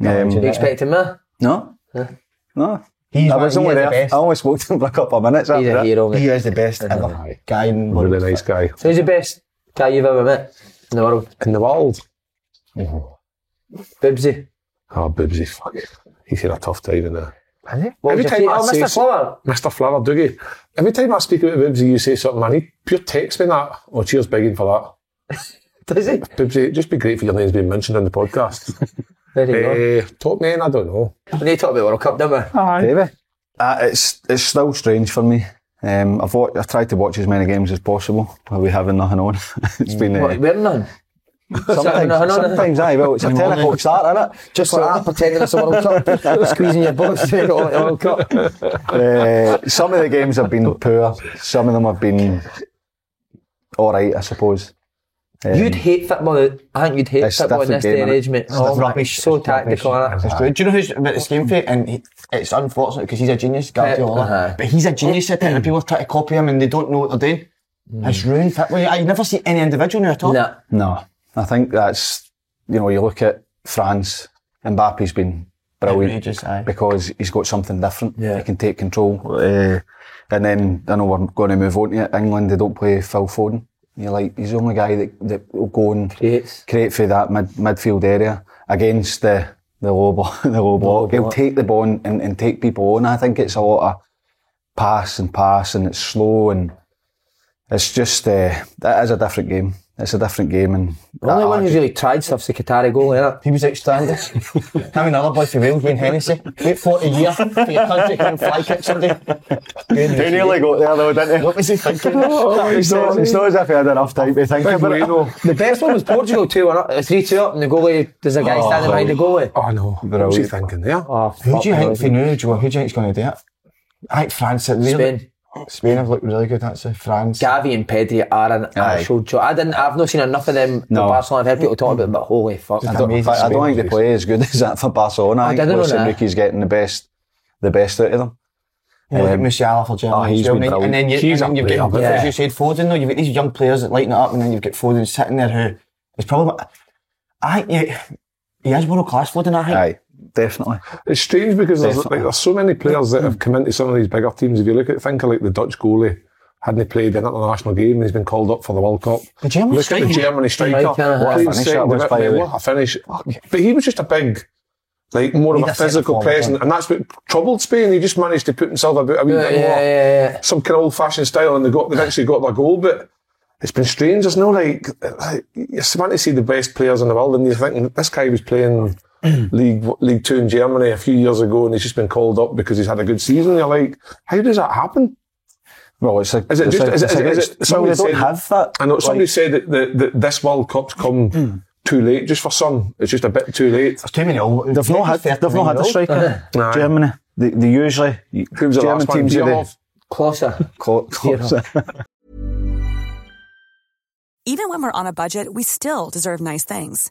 Um, You expecting me? no? No. He's I one- was he only is the there. Oh. I best. only spoke to him for a couple of minutes He's after a that. hero, mate. He is the best ever guy in the Really world. nice guy. Who's the best guy you've ever met in the world? In the world. Bibsy. Oh, Boobsy, fuck it. He's had a tough time in there. What was Every your time favourite? I Oh, say Mr. Flower. Mr. Flower Doogie. Every time I speak about Boobsy, you say something, man, he pure text me that. Oh, cheers, begging for Does he? that. Boobsy, just be grateful your name's been mentioned on the podcast. There you go. Eh, top men, I don't know. We need to talk about World Cup, don't we? Davey. Uh, it's it's still strange for me. Um, I've watched, I've tried to watch as many games as possible while we having nothing on. it's been uh, What, we're none. sometimes, nothing on, sometimes aye, well it's a ten o'clock start, innit? Just like that, pretending it's a World Cup, squeezing your balls to go the World Cup. Uh, some of the games have been poor. Some of them have been all right, I suppose. Um, You'd hate football. I think you'd hate It's football in this different day game, and innit? age, mate. Oh, rubbish. So It's rubbish. tactical, innit? It's true. Do you know who's about the scheme for it? And he, it's unfortunate because he's a Uh, genius, Guardiola. Uh-huh. But he's a genius at it, and people try to copy him, and they don't know what they're doing. It's ruined football. I never see any individual now at all. Nah. Hmm. No, I think that's you know you look at France. Mbappe's been brilliant Outrageous, aye. because he's got something different. Yeah. He can take control. Uh, and then I know we're going to move on to it. England. They don't play Phil Foden. You're like he's the only guy that, that will go and Creates. create for that mid, midfield area against the the low block. The low block. He'll take the ball and, and take people on. I think it's a lot of pass and pass and it's slow and it's just uh, that is a different game. It's a different game and The only one who's really tried stuff's the Qatari goal, innit? He was outstanding. Him and other boy from Wales, Wayne Hennessy. Wait 40 years for your country to come and fly kick somebody. He nearly got there though, didn't he? What was he thinking? Oh, it's, not, it's not as if he had enough time to think about it. The best one was Portugal 2 1 up, 3 2 up, and the goalie, there's a guy standing behind the goalie. Oh, no. What was he Brilliant. thinking there? Oh, Who fuck do you me. think for now, Joe? Who do you think's going to do it? I think France. are Really, Spain. Spain have looked really good, actually. France. Gavi and Pedri are an actual joke. I didn't, I've not seen enough of them. No. No. Barcelona. I've heard people talk about them, but holy fuck. I don't, Amazing I, I don't think they speed. play as good as that for Barcelona. I I think didn't know Luis that. Enrique's getting the best, the best out of them. Yeah, look at Um, Musiala for Germany. oh, he's as well, been and, then- and then you, and He's then up you've there, got, but- as you said, Foden. though, You've got these young players that lighten it up, and then you've got Foden sitting there who is probably. I think he, he is world class, Foden. I think. Aye, definitely. It's strange because there's, like, Definitely. there's so many players that have come into some of these bigger teams. If you look at think of like the Dutch goalie, hadn't played an international game, he's been called up for the World Cup. The German look at the striker. Germany striker. Striker, Played finish that second, was, a bit by the well, way. what a finish! But he was just a big. like more Need of a a centre physical forward, presence, and that's what troubled Spain. They just managed to put themselves about a wee Yeah, bit more yeah, yeah, yeah. some kind of old-fashioned style, and they got they eventually got their goal. But it's been strange. There's no like, like you want to see the best players in the world, and you're thinking this guy was playing league League Two in Germany a few years ago, and he's just been called up because he's had a good season. You're like, how does that happen? Well, it's like Is it it's just- like- is it- it's is like it- is it's- it- well, somebody they don't said- have that. I know somebody Like, said that, that, that this World Cup's come too late, just for some. It's just a bit too late. There's too many old. they've not had they've not had a striker. Aye. Germany, they, they usually Who was the German last one? teams are the Bierhoff? Closer. clo- Bierhoff. Even when we're on a budget, we still deserve nice things.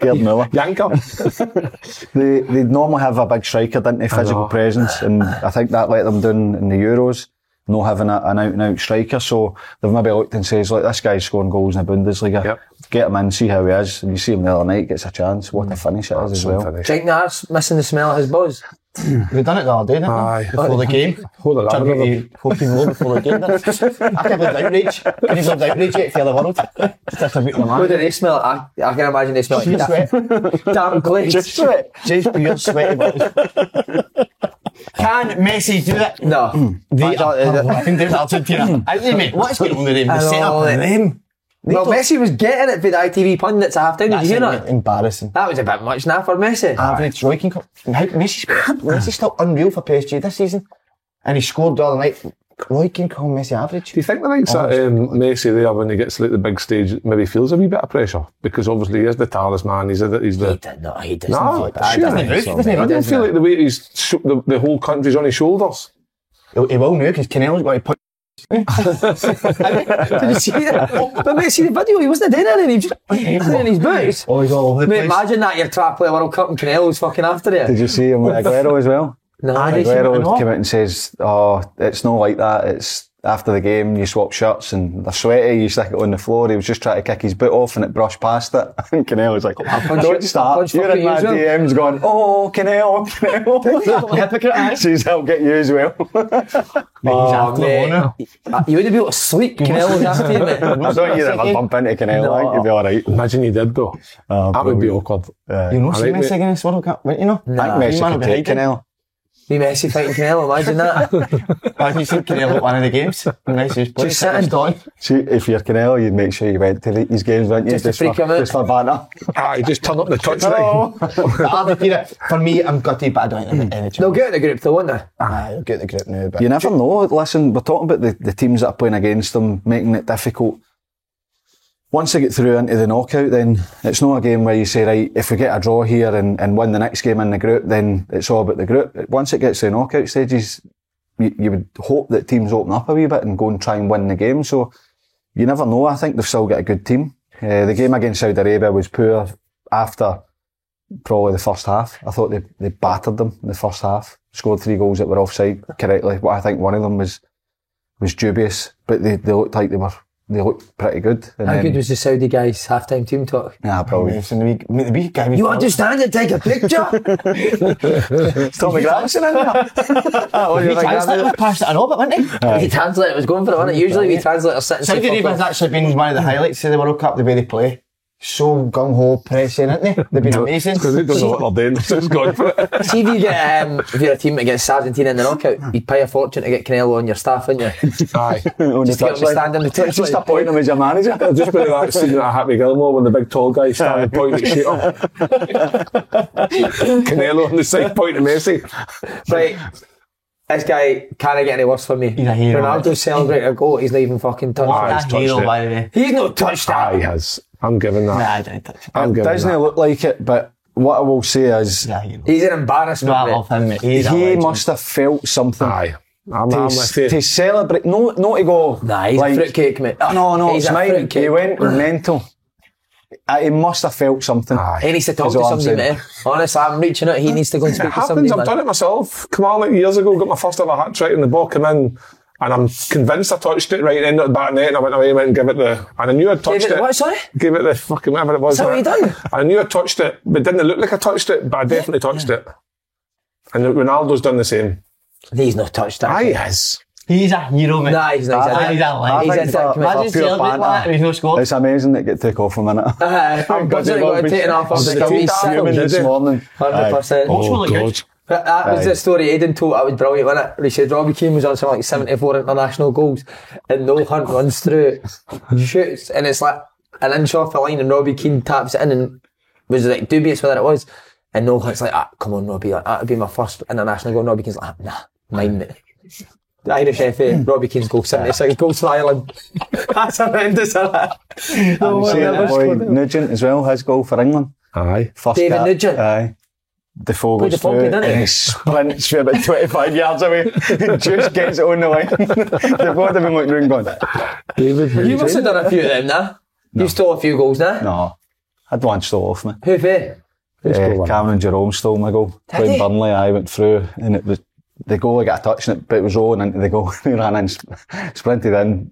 Gerd Müller. Yanker. They they normally have a big striker, didn't they? Physical presence, and I think that let them down in the Euros. Not having a, an out and out striker, so they've maybe looked and says, "Look, this guy's scoring goals in the Bundesliga. Yep. Get him in, see how he is." And you see him the other night, gets a chance. What a finish it is as well. Do you think that's missing the smell of his buzz? We've done it the other day, didn't we? Aye. Before the game. Hold the Turned ladder out over. to 14 more before the game. didn't we? I can't believe the outrage. Can you believe the outrage yet for the world? It's just a bit of a man. What do they smell? I, I can imagine they smell Just like damn glaze. Just sweat. Just pure sweaty balls. Can Messi do it? No. They are fucking deserted, Peter. I mean, mate, what's going on with them? The Hello, setup and mate. them. well, Messi was getting it for the ITV pundits at half time. Did That's Ah. you hear em- that? embarrassing. That was a bit much now for Messi. Average Roy can come. How, Messi's, Messi's still unreal for PSG this season. And he scored the other night. Roy can call Messi average. Do you think the likes of um, Messi there, when he gets like the big stage, maybe feels a wee bit of pressure? Because obviously he is the talisman, he's the... He's he the did not. He does no, not. That sure. doesn't doesn't he? look- Doesn't he? I don't doesn't feel it? like the way he's... Sh- the, the whole country's on his shoulders. He, he will now because Canelo's got to put. Did you see that? But mate, see the video. He wasn't doing anything. He was just in his boots. Oh, he's all over the Mate, place. imagine that you're trapped with a World Cup and Canelo's fucking after Did it. you see him with Aguero as well? No, they seem to Aguero know. came out and says, "Oh, it's not like that. It's after the game you swap shirts and they're sweaty. You stick it on the floor. He was just trying to kick his boot off and it brushed past it. And Canelo was like, you- I "Don't start. punch You're fucking in my you as well." DMs going, oh, Canelo, Canelo.' Says I'll get you as well. Oh, after the mate. honour. Uh, You wouldn't be able to sleep. Canelo's after you, mate. I don't either. If I bump into Canelo, I think you'll be all right. Imagine he did though. that would be awkward. You know, I see like Messi it. against World Cup, won't you know? I uh, think Messi could take Canelo. Be Messi fighting Canelo. Imagine that. Have you seen Canelo at one of the games? Messi's playing. Just sitting. down. See, if you're Canelo, you'd make sure you went to these games, wouldn't you? Just to freak for, him out. Oh. Just for banter. Aye, just turn up the touchline. Hello. I'll repeat it. For me, I'm gutted, but I don't think there's any They'll chance. get in the group though, won't they? Aye, they'll get the grip now. But You never know. Listen, we're talking about the, the teams that are playing against them, making it difficult. Once they get through into the knockout, then it's not a game where you say, right, if we get a draw here and, and win the next game in the group, then it's all about the group. Once it gets to the knockout stages, you, you would hope that teams open up a wee bit and go and try and win the game. So you never know. I think they've still got a good team. Uh, the game against Saudi Arabia was poor after probably the first half. I thought they, they battered them in the first half. Scored three goals that were offside correctly. But I think one of them was was dubious. But they, they looked like they were they looked pretty good. And How then- good was the Saudi guys' halftime team talk? Nah, probably. Listen, the wee- mate, the wee guy was- You understand and take a picture? Tommy Gratson in there. oh, He you're like, translated "Yeah, it, passed it an orbit, wasn't he? mate." the translator was going for it, wasn't it? Usually we translators sit and say, Saudi "Fuck Arabia's off." actually been one of the highlights of the World Cup, the way they play. So gung ho pressing, isn't they? They've been amazing. Because it doesn't look their day. It's gone for it. See if you get um, if you're a team against Argentina in the knockout, you'd pay a fortune to get Canelo on your staff, wouldn't you? Aye. On Just to the get him to touchline. stand on the touchline. Just appoint him as your manager. I'll just put that scene at Happy Gilmore when the big tall guy standing pointing at shit up. Canelo on the side pointing at Messi. Right. This guy can't get any worse for me. He's a hero. Ronaldo celebrated a goal, he's not even fucking touched Aye, it. he's touched it. by the way. He's not touched Aye, that. he has. I'm giving that. Nah, I don't touch I'm It giving doesn't that. look like it, but what I will say is Yeah, you know. He's an No, embarrassment. I mate. love him, mate. He's a he legend. must have felt something. Aye. I'm, to, I'm s- with you. to celebrate, no, not to go. Nah, he's a like, fruitcake, mate. No, no, He's it's a mine. fruitcake. He went mental. I, he must have felt something. Aye. He needs to talk Is to all I'm somebody, saying. man. Honestly, I'm reaching out. He needs to go and speak It to happens. somebody. I've man. done it myself. Kamal like years ago got my first ever hat trick, and the ball came in, and I'm convinced I touched it right end of the back net, and I went away and went and gave it the. And I knew I touched it the what, sorry? Gave it the fucking whatever it was. Is that what you done? I knew I touched it, but it didn't look like I touched it, but I definitely touched it. And Ronaldo's done the same. He's not touched that. Aye, yes. He's a hero, mate. Nah, he's not. I, I, He's a- I he's think a dick, for- for mate. Imagine pure banter, celebrating that with no score. It's amazing that it get took off a minute. Aye, I'm Because buzzing it about will be taking off after still the fuming sack. this morning. Hundred Oh, percent. Looks really good. That, that was Aye. the story Aidan told. That was brilliant, wasn't it? He said Robbie Keane was on something like 74 international goals, and Noel Hunt runs through, it, shoots, and it's like an inch off the line, and Robbie Keane taps it in and was like dubious whether it was. And Noel Hunt's like, ah, come on, Robbie, like, that'll be my first international goal. And Robbie Keane's like, "Ah, nah, mine, mate. The Irish FA, Robbie Keane's goal, 76 goals for Ireland. That's horrendous, isn't it? And see whatever that boy scored it. Nugent as well, his goal for England. Aye. First David cap, Nugent? Aye. The four Played goes the Pompey, through didn't he? and he sprints for about 25 yards away and just gets it on the line. They've both been looking round going, You must have done a few of them, nah? You stole a few goals, nah? no, I'd one stole off me. Who for? Eh, Cameron Jerome stole my goal. Did Playing he? Burnley, I went through and it was the goal I got a touch in it, but it was rolling into the goal. he ran in, sp- sprinted in,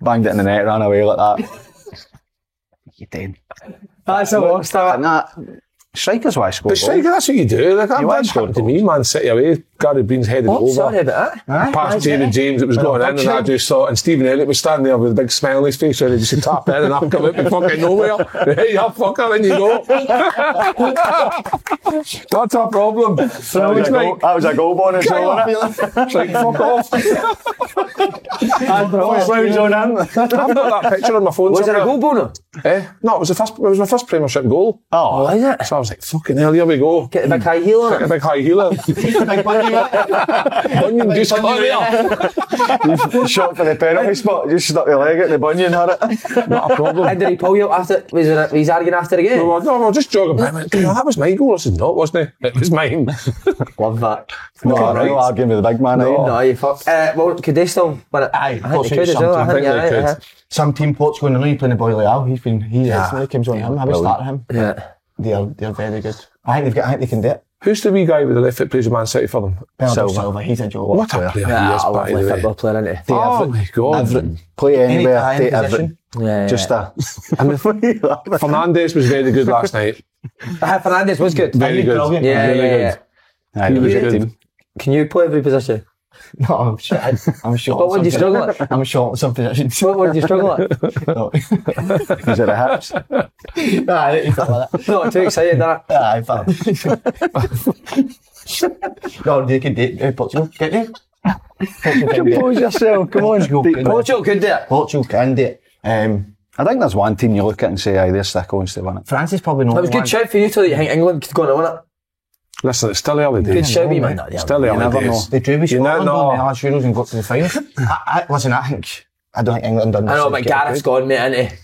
banged it in the net, ran away like that. you did. That's the worst And that, strikers why I scored But striker, that's what you do. Like, that You that want happened to goals. me, Man City away. Gary Breen's headed Oh, over. sorry about that. past David James, it was going in, and I just saw, and Stephen Elliott was standing there with a big smile on his face, and he just said, tap in, and I've come out from fucking nowhere. Hey, you fucker, in you go. That's our problem. That was, It's a goal, like, that was a goal bonus, Kyle, wasn't it? it's like, fuck off. First round's on him. I've got that picture on my phone. Was it a somewhere. goal boner? Eh? No, it was the first, it was my first Premiership goal. Oh, Oh, is it? So I was like, fucking hell, here we go. Get the big high heel Hmm. Get on a it. big high healer. Onion juice come here. shot for the penalty spot, just stuck the leg at the bunion, had it. Not a problem. And did he pull you out after? Was it? He's arguing after the game. Well, no, no, just jogging by. I went, "Kyle, that was my goal. I said, no, it wasn't. It was mine. Love that. No, Fucking no right. arguing with the big man. No, No, you fuck. Uh, well, could they still? Win it? Aye, of I course think they they could as well. sometimes. I think yeah, they right, could. uh-huh. Some team Portugal, and I know you playing the boy Leal. He's been, he's, yeah. Ah, when it comes on him, I would start him. Yeah. They are, they're very good. I think they've got, I think they can do it. Who's the wee guy with the left foot plays with Man City for them? Bernardo Silva, he's a joke. What a player he is, Yeah, a Ah, Ah, by lovely the way. football player, isn't he? Oh my god. Play anywhere, time, take position. everything. Yeah, Just uh, yeah. a. And the Fernandez was very good last night. Uh, Fernandez was good. Very good. brilliant? Yeah, Really yeah, good. yeah. Aye, He it was was a good good. team. Can you play every position? No, I'm short. I'm short. What would you struggle at? I'm short on some positions. What, what did you struggle at? no, Was it the hips? no, I didn't feel like that. Not too excited that. Ah, I felt. no, they can date uh, Portugal. Get you? Portugal can do it. Compose yourself, come on. Portugal can Portugal could do do it. it. Oh, Portugal can do it. Um, I think there's one team you look at and say, aye, they're stick on to win it. France is probably not. That was a good shout for you, too, that you think England could go on and win it. Listen, it's still early Good days. shout, wee man. Still early never days. They drew with You know, Scotland no. on the last Euros and got to the final. I, I, listen, I think I don't think England done. I know, but Gareth's gone, mate, isn't he?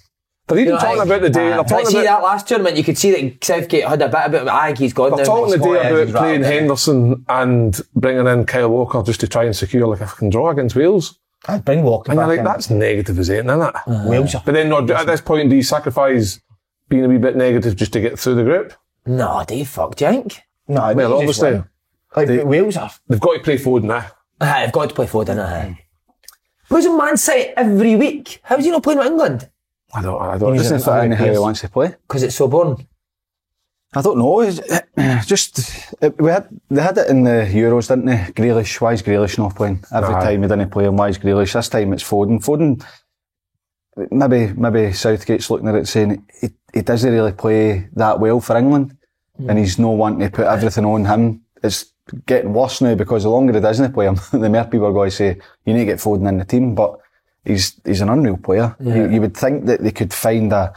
They're even You know, talking like- about the Nah. day. They're Like, talking see about. that last tournament, you could see that Southgate had a bit about. I think he's gone They're now. talking the Scotland day is about playing rattled, eh? Henderson and bringing in Kyle Walker just to try and secure like a fucking draw against Wales. I'd bring Walker And back Uh-huh. you're like, in. that's negative as ain't, isn't it? Wales. But then no, at this point, do you sacrifice being a wee bit negative just to get through the group? No, they fuck, do you think? No, I Well, think he's obviously, won. like Wales are. they've got to play forward now. Aye, I've got to play forward, Mm. innit? But he's in Man City every week. How's he not playing with England? I don't, I don't. Doesn't fit in how he wants to play. Because it's so boring. I don't know. it's- Just it, we had they had it in the Euros, didn't they? Grealish, why is Grealish not playing? Every Aye. time he didn't play him, why is Grealish? This time it's Foden. Foden, maybe maybe Southgate's looking at it saying he, he doesn't really play that well for England, and he's no wanting to put everything on him. It's getting worse now because the longer he doesn't play him, the more people are going to say you need to get Foden in the team. But he's he's an unreal player. You, you would think that they could find a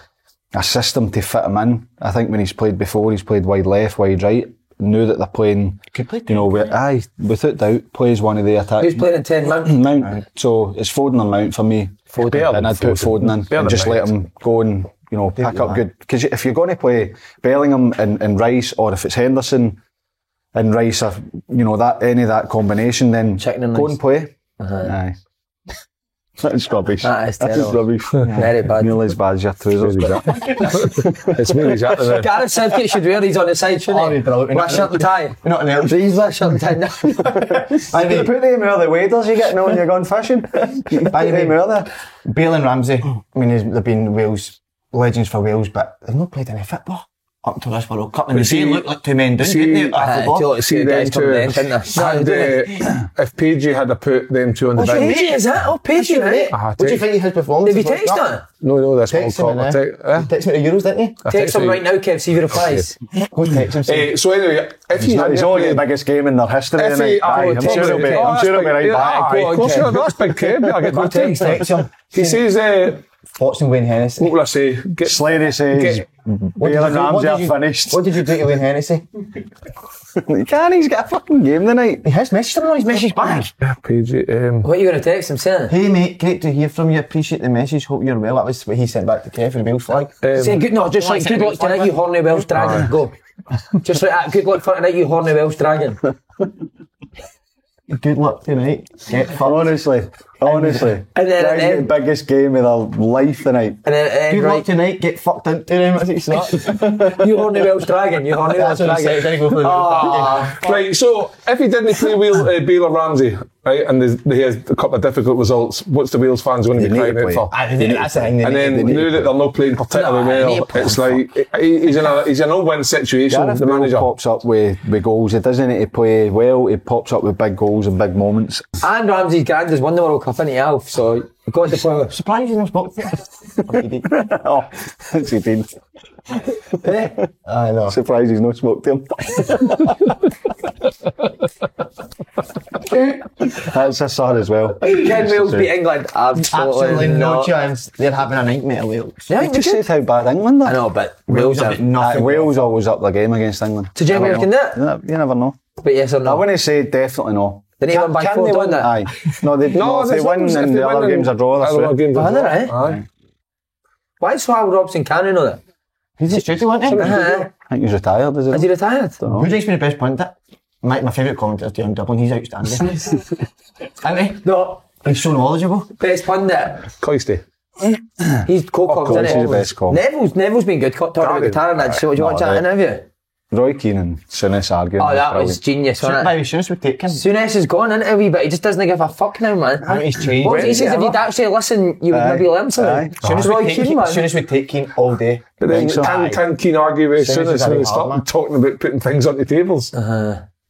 a system to fit him in. I think when he's played before, he's played wide left, wide right. Knew that they're playing, you know, with, aye, without doubt, plays one of the Who's attacks. playing in 10 man? Mount. So it's Foden or Mount for me. Bear and I'd put Foden Foden. in Bear and than just let Mount. him go and you know pick up good. Because if you're going to play Bellingham and, and Rice, or if it's Henderson and Rice, or you know that any of that combination, then Chicken and go rice. and play. Aye. That's rubbish. Uh-huh. That is That's terrible. rubbish. Very bad. Nearly as bad as your trousers. it's me exactly the Gareth Southgate should wear these on the side, shouldn't Oh, he? he'd be brilliant. With a shirt and tie. Not an elf. He's with a shirt and tie. No, Aye, mate. Put them where the waders you get now when you're going fishing. Put Aye, them mate. where they're. Bale and Ramsey, I mean, they've- they've been Wales legends for Wales, but they've not played any football up to this World Cup. And see- they look like two men, doing, see- uh, didn't they? at Aye, football? do you like to see the guys coming in, didn't they? and uh, if PG had to put them two on the bench Pagey, is that? Oh, Pagey, mate. I What do you text- think of his performance? Have you at World texted Cup? her? no no that's World Text him, Cup innit? I te- eh? You Text him at the Euros, didn't you? I Text him you. right now, Kev, see if he replies. Go text him. say, Eh, so anyway if you He's only the biggest game in their history. If innit? he, Aye, I'm sure he'll be. I'm sure he'll be right back. Of course, Aye. you're, that's big Kev. I get Go back text to him. him. He says, uh, Thoughts on Wayne Hennessy? "What will I say? Get Slady says Get- What did Bale and you do- what Ramsey did are you- finished. What did you do to Wayne Hennessy? Can he's got a fucking game tonight? He has messaged him on his message back. PG." Um, What are you going to text him, saying? Hey mate, great to hear from you. Appreciate the message. Hope you're well. That was what he sent back to Kev and Wales flag. Say good, no, just like good luck tonight, you horny Welsh dragon. Go. Just like that, good luck for tonight, you horny Welsh dragon. Good luck tonight. Get fucked. Honestly, honestly, And then- that is and the biggest game of their life tonight. And then, and Good then luck right, tonight. Get fucked into him. That's what he said. you horny Welsh dragon, you horny Welsh That's what dragon. he said. Ah, Then he go for the Euros back Right, so if he didn't play Wheel, uh, Bale or Ramsey, right, and there's- they had a couple of difficult results, what's the Wales fans going to be They need to crying out play. for? again. That's the thing. And then now that they're not playing particularly Nah, they need well, to play it's them, like he- he's in a he's in a no-win situation. Gareth the Bale manager. pops up with, with goals. He doesn't need to play well. He pops up with big goals and big moments. And Ramsey Grand has won the World Cup in Alf, so got the point. surprised you didn't spot. oh, that's he been. I know. Surprised he's not smoked him. that's a sad as well. Can Wales beat England? Absolutely, Absolutely no not. chance. They're having a nightmare, Wales. Yeah, I we just could. said how bad England are. I know, but Wales Wales have are. got nothing. Aye, Wales always up the game against England. So do you Never reckon know. that? No, You never know. But yes or I no? wouldn't say definitely no. They didn't win by four, they didn't win? they? Aye. No, they, no, if they there's win others- if and they the win other and- games are draw. That's other right. games are Aye, they're draw. right. Aye. Why is Howard Robson Cannon on it? He's a studio, isn't he? Uh-huh. I think he's retired, is he? Is he retired? Oh. Who do you think's been the best punter? My, my favourite commentator is Dion Dublin. He's outstanding. isn't No, he? He's so knowledgeable. best pundit. Coisty. He's co-coms, isn't course, he's the best comm. Neville's Neville's been good. Talking about Darren. retiring, that show. Did you watch that they- interview? Roy Keane and Sunis arguing. Oh, that Brilliant. was genius, Shoot wasn't by it? his shoes would take him. Souness is gone, isn't he? a wee bit? He just doesn't give a fuck now, man. I think he's changed. What he says, if you'd actually listen, you would Aye. maybe learn something. Aye. Soon as, Roy we take Keane, Keane, man. soon as we take Keane all day. But then so. can, Aye. can Keane argue with Soon as Sooners he's had Uh-huh. when he it hard, man. started talking about putting things onto tables?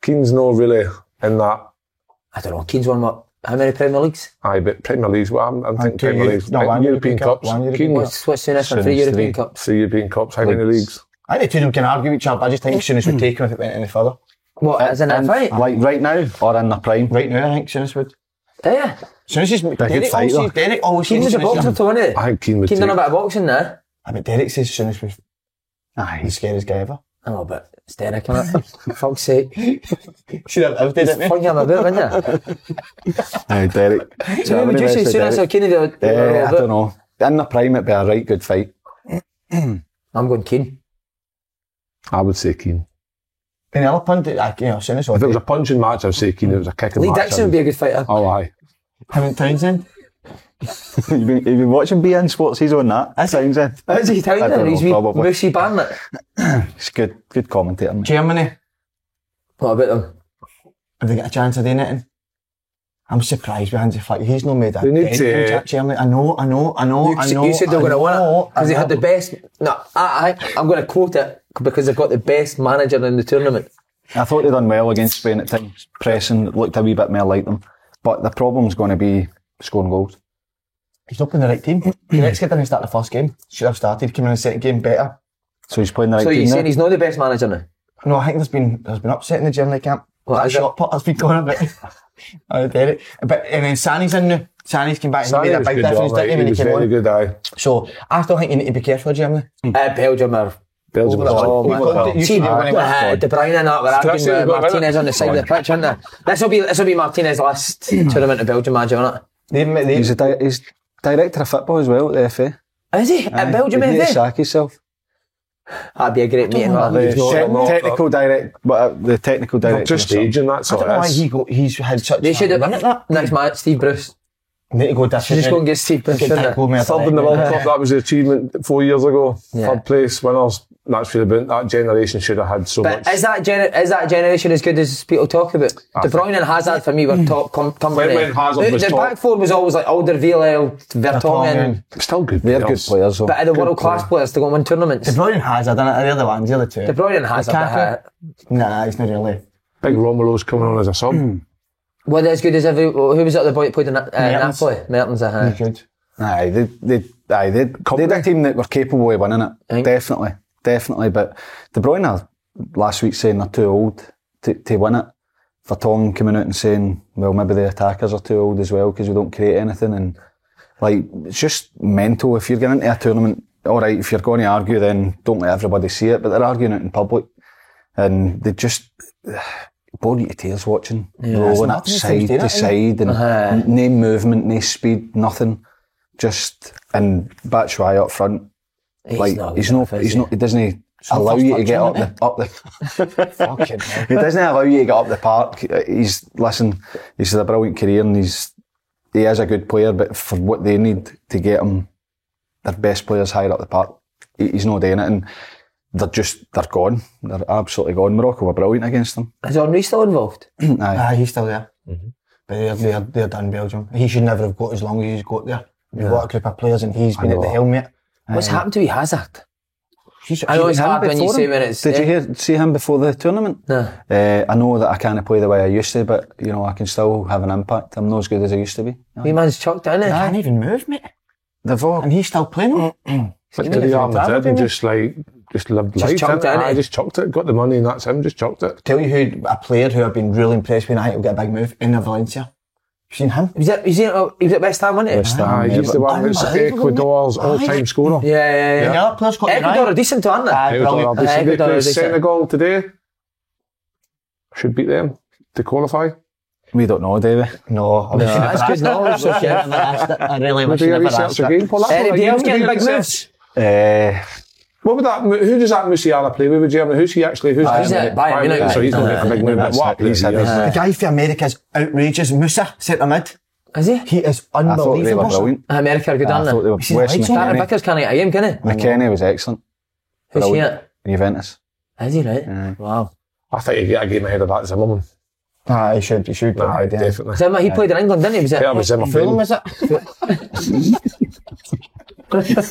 Keane's not really in that. I don't know. Keane's won what? How many Premier Leagues? Aye, but Premier Leagues. Well, I'm, I'm thinking two Premier Euro- Leagues. no, Right, one European European Cup, Cups. one European Keane Cup. What's was what's Souness and Souness three European three. Cups? three European Cups. How many leagues? I think the two of them can argue with each other, but I just think soon as we take him if it went any further. What? As in a And, fight? Like right now or in the prime. Right now, I think soon as would. Yeah. Soon as he's. Derek fight, always though. says, Derek always Keane's says. a boxer, Soon though, isn't he? I think Keane would Keane done a take- bit of boxing now. but Derek says soon as we. Aye. He's the scariest guy ever. I know, Oh, but it's Derek, innit? Fuck's sake. Should have lived it, didn't Flung him about, wouldn't Aye, uh, Derek. you? So, who would you say Souness or Keane? They're- they're Yeah, all I about- don't know. In the prime, it'd be a right good fight. I'm going Keane. I would say Keane. he? Another pundit, I- you know, soon as If it was a punching match, I'd say Keane. If it was a kicking Lee match. Dixon I would be a good fighter. Oh, aye. Him and Townsend. you've, been, you've been watching BN Sports, he's on that. That sounds it. How's he I down don't there? know, He's wee probably. mushy Barnett. It's good, good commentator. mate. Germany. What about them? Have they got a chance of doing it? I'm surprised with Hansi Flick. He's not made that. They need to- I know, I know, I know, You, I know. you said they were I going to win it know, I because they had know. the best. No, I, I, I'm going to quote it because they've got the best manager in the tournament. I thought they done well against Spain at times. Pressing looked a wee bit more like them. But the problem's going to be scoring goals. He's not playing the right team. the next guy didn't start the first game. Should have started. Came in the second game better. So he's playing the right So team you're now. saying he's not the best manager now? No, I think there's been there's been upset in the Germany camp. What that is it? shot put has been gone a bit. I did it. But and then Sani's in now. Sani's came back and made Sarri a was big good, difference, all right. didn't he, He when he was came very on? good, aye. So ah, I still think you need to be careful, Germany. Uh, Belgium or Belgium was Oh, good. my God. God. You See, should have won it. uh, De Bruyne and that were Can I arguing say with about Martinez on the side of the pitch, isn't there? This will be this will be Martinez's last tournament of Belgium manager, isn't They, they, He's, a di- he's director of football as well at the FA. it? Oh, Is he at Belgium? Didn't he FA? sack himself? That'd be a great meeting. know wouldn't it? about The not- te- I'm not- technical direct, but uh, the technical director. Just or something. aging, that's I all don't know it why is. he go, he's had such They a should run at that. have next match. Steve Bruce. Need to go different. She's just going to route. get steeped in Get sin. that goal medal. Third in the World Cup, that was the achievement four years ago. Yeah. Third place winners. That's really been, that generation should have had so But much. is that gener- is that generation as good as people talk about? De Bruyne and Hazard for me were top com- company. When- when Hazard The- was the top. back four was always like Alderweireld, Vertonghen, Vertonghen. Still good. They're good players. players. though. but are the Good world class player. players to go and win tournaments. De Bruyne and Hazard, innit? they're the ones, they're the two. De Bruyne and Hazard. Lukaku? uh, Nah, he's not really. Big Romelo's coming on as a sub. Were they as good as every? Who was it? The boy that played in uh, Mertens. Napoli, Mertens. Uh, Good. Aye, they, they, aye, they, they're a team that were capable of winning it. Definitely, definitely. But De Bruyne are last week saying they're too old to, to win it. Vertonghen coming out and saying, well, maybe the attackers are too old as well because we don't create anything. And like, it's just mental. If you're getting into a tournament, all right, if you're going to argue, then don't let everybody see it. But they're arguing it in public, and they just bore you to tears watching, rolling up nothing seems to side do to side, that, innit? and Aye. no movement, no speed, nothing. Just and Batshuayi up front, he's like not. he's not, enough, is he's he? not, he doesn't allow you to get up the up the. fucking hell. He doesn't allow you to get up the park. He's listen. He's had a brilliant career and he's he is a good player, but for what they need to get him, their best players higher up the park, he- he's not doing it, and they're just they're gone. They're absolutely gone. Morocco were brilliant against them. Is Henri still involved? Aye. Ah, he's still there. Mhm. But they're, they're, they're done Belgium. He should never have got as long as he's got there. We've got a group of players and he's been at the helm yet. What's happened to Hazard? He's, I know it's Him hard when Ah, you before say him? when it's. Did you hear see him before the tournament? No. Uh, I know that I can't play the way I used to, but you know I can still have an impact. I'm not as good as I used to be. We man's chucked down I it. can't even move, mate. They've all And he's still playing. him. But did he harm did and just like, just lived life. chucked it, didn't he? Aye, innit? just chucked it. Got the money and that's him, just chucked it. Tell you who a player who I've been really impressed with and I think will get a big move in Valencia. You seen him? Was it? Was it? oh, He was at West Ham, wasn't he? West Ham. Aye, he's the one that's Unbelievable, mate. Ecuador's all Aye. time scorer. Yeah, yeah, yeah. The other player's got Ecuador are United. decent, aren't they? Uh, Aye, brilliant. Ecuador, they said they Ecuador, play they said- Senegal today. Should beat them to qualify. we don't know, do we? No, no, Oh, that's good knowledge, though, Kev. I really wish Maybe you a never research asked it. again, Paul. That's what I Anybody used else to do Eh, getting big research. moves? Uh, What would that? Who does that Musiala play with? Would you? I mean, who's he actually? Who's he's at Bayern Munich. So he's not Aye. making a big move. But That's what a it, player he's he had is. his- The guy for America is outrageous. Musa, centre mid. Is he? Uh, He is I thought they were unbelievable. brilliant. America are good, I thought aren't they they? Uh, were He's West right, Darren McKennie. Vickers can't get a game, can he? McKennie was excellent. Who's he Brilliant. at? Juventus. Is he right? Wow. I think you get a game ahead of that Zimmerman. Ah, he should, he should. be. Aye, Yeah. definitely. Zimmer, he played in England, didn't he? Was it? Better with Zimmer. Fulham, is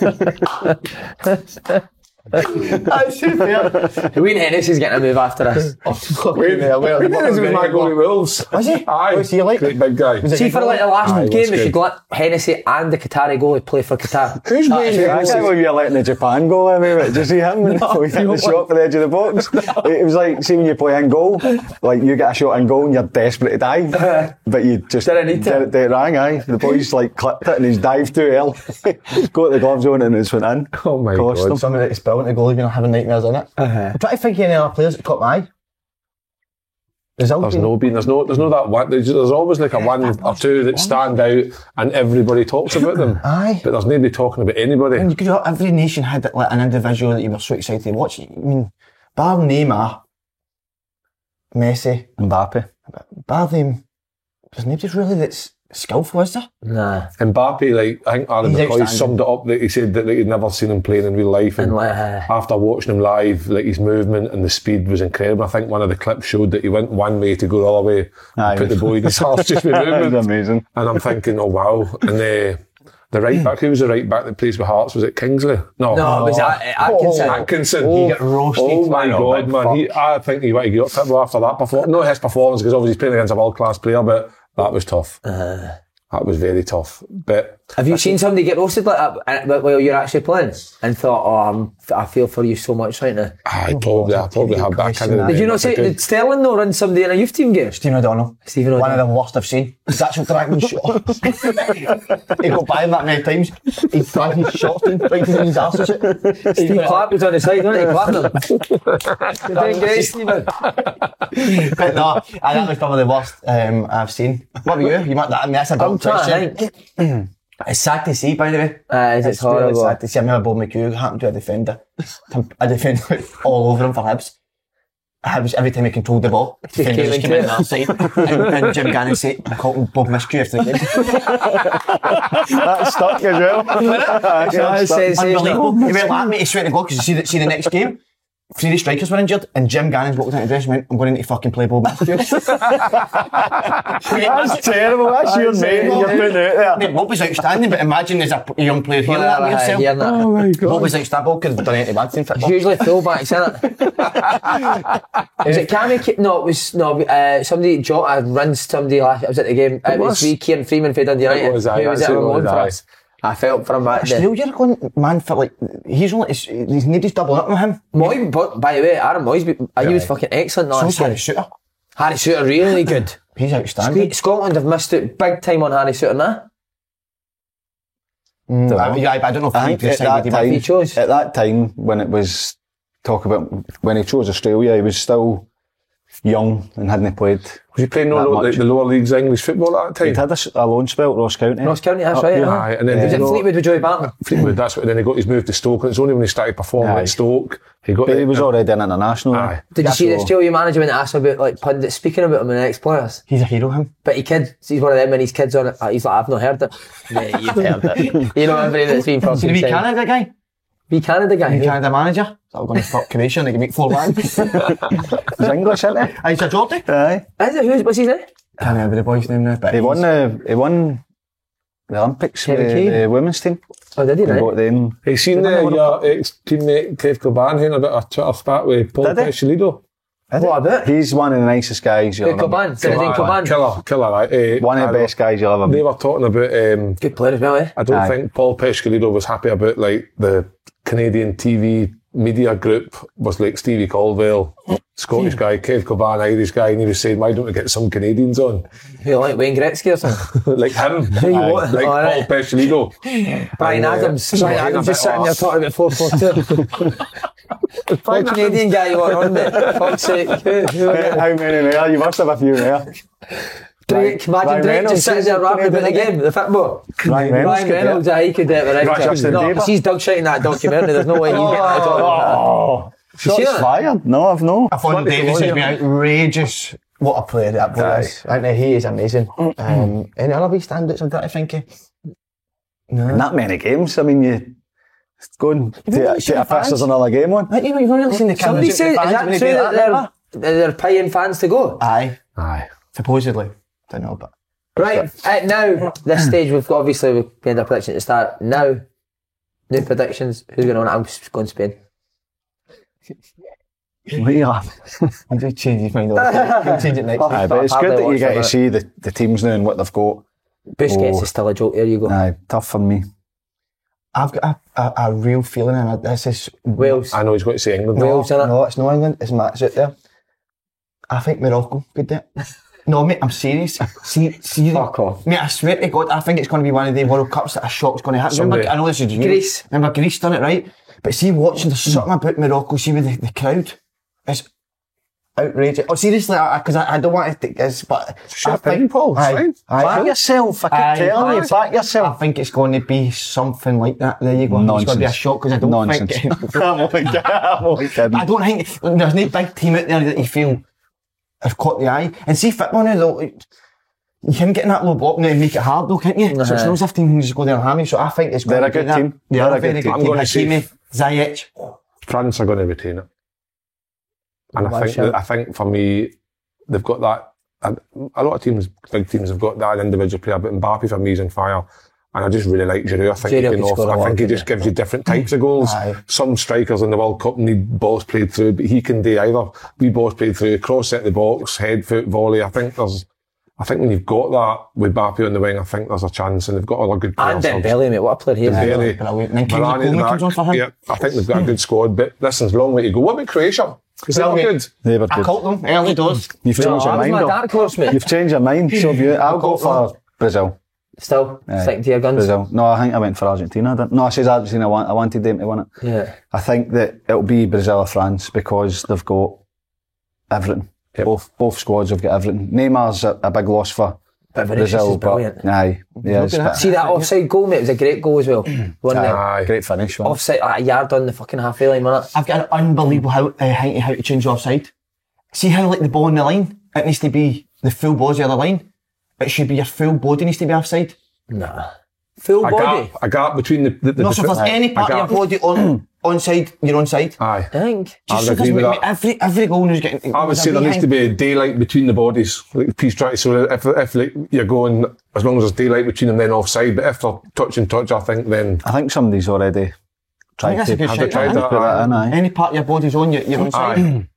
it? That's fair. Wayne Hennessey's getting a move after us. Wait, Yeah, well, This was my goalie Wolves. Was he? Aye. Was he like- Great big guy. See, for like the last Aye, game, that's we should good. let Hennessy and the Qatari goalie play for Qatar. Who's Wayne I can't Hennessy? believe you're letting the Japan goal eh, away with it. Did you see him when he hit the shot for the edge of the box? It was like, see when you play in goal, like you get a shot in goal and you're desperate to dive, but you just Didn't need to. Did it- did it rang, aye. The boys like clipped it and he's dived too early. Got the gloves on and it's went in. Oh my Cost God. them. Uh-huh. Somebody that's brilliant at goal, you know, having nightmares in it. I'm trying to think of any other players that caught my eye. There's There's Albion. no been. There's no. There's no that one. There's, there's always like a one or two that stand out, and everybody talks about them. Aye. But there's nobody talking about anybody. And you could, every nation had like, an individual that you were so excited to watch. I mean, bar Neymar, Messi, Mbappe. bar them, there's nobody really that's skillful, is there? Nah. Mbappe, like I think Aaron He's McCoy outstanding. summed it up that he said that like, he'd never seen him playing in real life, and And like, uh, after watching him live, like his movement and the speed was incredible. I think one of the clips showed that he went one way to go the other way, Aye. and put the ball in his half just with That was movement. amazing. And I'm thinking, oh wow. And the the right back, who was the right back that plays with Hearts? Was it Kingsley? No, no, it was At- Atkinson. Oh, Atkinson. He got roasted. Oh my Oh, god, big man! He, I think he might have got football after that performance. Not his performance because obviously he's playing against a world class player, but that was tough. Uh. that was very tough. But Have you seen somebody get roasted like that uh, but while you're actually playing and thought, oh, I'm, f- I feel for you so much right now? I probably, I probably have that kind of. Did you not say, did Sterling though run somebody in a youth team game? Stephen O'Donnell. Stephen One of O'Donnell. the worst I've seen. His actual dragon shot. he got by him that many times. He dragged his shot in, right in his arse. Steve Clark was on the side, wasn't he? Clapped him. You're doing great, Stephen. But no, aye, that was probably the worst um, I've seen. What about you? You might that, I mean, that's a I'm dumb trying question. to think. It's sad to see, by the way. Uh, is it It's really horrible? sad to see. I remember Bob McHugh happened to a defender. a defender all over him for Hibs. It was every time he controlled the ball, defenders just into came in it. the other side. and, and Jim Gannon said, called him Bob Miscue after the game. That stuck as well. That it's- stuck. it's- Unbelievable. He went like me to sweat the goal because you see the, see the next game. Three of the strikers were injured, and Jim Gannon's walked into the dressing room and went, I'm going in to fucking play ball That's terrible. That's your name you're putting out there. Mate, Bob was outstanding, but imagine there's a p- young player here like that Aye, yourself. hearing that. Oh my Bob god. was outstanding, Bob could have done anything bad to him. It's usually fullbacks, isn't it? was it Cammy? Ki- No, it was no. Uh, somebody Jota rinsed somebody. Last, I was at the game. uh, It, was was. me, Kieran Freeman for Dundee United. was, aye, Who was that's it who it on loan was, for aye. us? I felt for him back Still, then. you're going, man, for like, he's only, he's, he's needed doubling up with him. Moy, but by the way, Aaron Moy's been- uh, he was Aye. fucking excellent last So's Harry year. Shooter. Harry Suter really good. He's Sweet. outstanding. Scotland have missed out big time on Harry Suter now. Mm, I, yeah, but I don't know if I he think at that decided he might time, he chose. at that time when it was talk about when he chose Australia, he was still young and hadn't played. Was he playing no, That low- much. like the lower leagues English football at that He'd time? had a, s- a loan spell at Ross County. Ross County, that's Up right. here. aye. Aye, and then Was he's it not- Fleetwood with Joey Barton? Fleetwood, that's what. Then he got his move to Stoke, and it's only when he started performing Aye. at Stoke he got. But he was already an international. Aye. Did you see the So- Australia manager when they asked him about like pundits speaking about him and the ex players? He's a hero, him. But he kid, he's one of them, and his kids on it. uh, He's like, I've not heard it. yeah, you've heard it. you know everybody that's been Did fucking he be saying- Canada guy? Be Canada guy. Be Canada manager? So we're going to fuck Croatia and they can make four land. He's He's English, isn't he? a Geordie. Aye. Is it who's what's his name? Can't remember the boy's name now, but He won he's- the he won the Olympics with Kevin Keane? the, the women's team. Oh, did he? And got Right? them. He seen Did I uh, win a your ex teammate Kev Coban having a bit of a Twitter spat with Paul Did he? Pesciolido. What about? He's one of the nicest guys. You'll Who, Coban? Did he think Coban? Killer, killer, right? eh, One of the I- best guys you'll ever They meet. were talking about. Um, Good player as well, eh? I don't Aye. think Paul Pescolido was happy about like the Canadian TV media group was like Stevie Caldwell, Scottish Hmm. guy, Kev Coban, Irish guy, and he was saying, "Why don't we get some Canadians on Who like Wayne Gretzky or something? like him, like want? Paul Alright. Pescolido?" Brian And, uh, Adams. so Brian I had a Adams bit just sitting of there a- talking about four four two. What Canadian guy you want on mate? Fuck's sake. Who, who are How many there? You must have a few there. Drake, Ryan imagine Drake Reynolds, just sitting there he's rapping about the Canadian. game, the football. Ryan Reynolds Ryan could do it. Reynolds, aye, he could do it, but right? Justin No, Bieber. because he's dug shit in that documentary. There's no way he's getting that job. Oh, see shots that? fired. No, I've no. I thought Davies has been outrageous. What a player that boy is. I know he is amazing. Um, Mm-hmm. any other wee standouts of that, I think? eh? And that many games. I mean, you go and really get, should get a have pass. There's another game on. But you know, you've only seen the Somebody said, is that true that they're, they're paying fans to go? Aye, Aye. supposedly. Don't know, but Right, uh, now, this stage, we've got, obviously, we made our prediction at the start. Now, new predictions. Who's going to win it? I'm s- going Spain. What are you laughing? I'm just changing his mind. all the time. He'll change it next. Oh, Aye, but it's I've good hardly that watched it. you get to see the, the teams now and what they've got. Busquets Oh. is still a joke. There you go. Aye, tough for me. I've got a, a, a real feeling, and I- this is Wales. I know he's got to say England. no, Wales, innit? no, it's not England. It's Matt's out there. I think Morocco could do it. No, mate, I'm serious. See, see, Fuck off. Mate, I swear to God, I think it's going to be one of the World Cups that a shock's going to happen. Someday. Remember, I know this is you. Greece. Remember, Greece done it, right? But see, watching, there's something about Morocco, see, with the, the crowd. It's outrageous. Oh, seriously, because I, I, don't want to take this, but. I your opinion, Paul, it's fine. Back yourself, I keep Aye, telling you, aye. back yourself. I think it's going to be something like that. There you go. It's going to be a Nonsense. shock because I don't think. Nonsense. I'm only kidding, I'm only kidding. I don't think there's no big team out there that you feel have caught the eye. And see football now though, it- you can get in that low block now and make it hard though, can't you? So it's Uh-huh. not as if teams can just go there and hammy. So I think it's They're going a to good be that. team. They They're are a a very good good team. team. I'm gonna say- Hakimi, Ziyech. France are going to retain it, and I Well think shout. that, I think for me they've got that. A, a lot of teams, big teams, have got that individual player, but Mbappe for me is on fire. And I just really like Giroud. I think Giroud he could can score offer. a I lot, think he couldn't just gives you different types of goals. Aye. Some strikers in the World Cup need balls played through, but he can do either. We balls played through, cross at the box, head, foot, volley. I think there's. I think when you've got that with Mbappe on the wing, I think there's a chance, and they've got other good And players. Dembele, mate. What a player he is. Bailey, Brilliant. And then Kingsley Varane at the Coleman back. comes on for him. Yeah, I think they've got a good squad, but listen, it's a long way to go. What about Croatia? Is that Long way- good? They were I good. caught them early Mm. doors. You've No, Oh, that changed your was mind. my though. dark horse, mate. You've changed your mind. So have you. I'll go for Brazil. Still, Aye. sticking to your guns. Brazil. No, I think I went for Argentina. I didn't. No, I says Argentina. I, want, I wanted them to win it. Yeah. I think that it'll be Brazil or France because they've got everything. Both both squads have got everything. Neymar's a, a big loss for But Vinicius Brazil, is brilliant. but aye, yeah, it's but- See that offside goal, mate? It was a great goal as well. One nil. Aye. great finish. wasn't it? Offside, like a yard on the fucking halfway line, wasn't it? I've got an unbelievable how, uh, how, how to change offside. see how like the ball on the line, it needs to be the full ball's the other line. It should be your full body needs to be offside. Nah. Full A body. gap, a gap between the. the, the No, so if defen- there's any a part of your body gap. on onside, you're onside. Aye. I think. Just I'd agree doesn't with make me- that. Every every goal is getting. I would was a say there wee needs to hang. be a daylight between the bodies, like the piece track. So if, if like you're going, as long as there's daylight between them, then offside. But if they're touch and touch, I think then I think somebody's already I tried think that's to a good Have shout. they tried that, that? put that in. aye. Aye. Any part of your body's on, you're, you're onside. aye.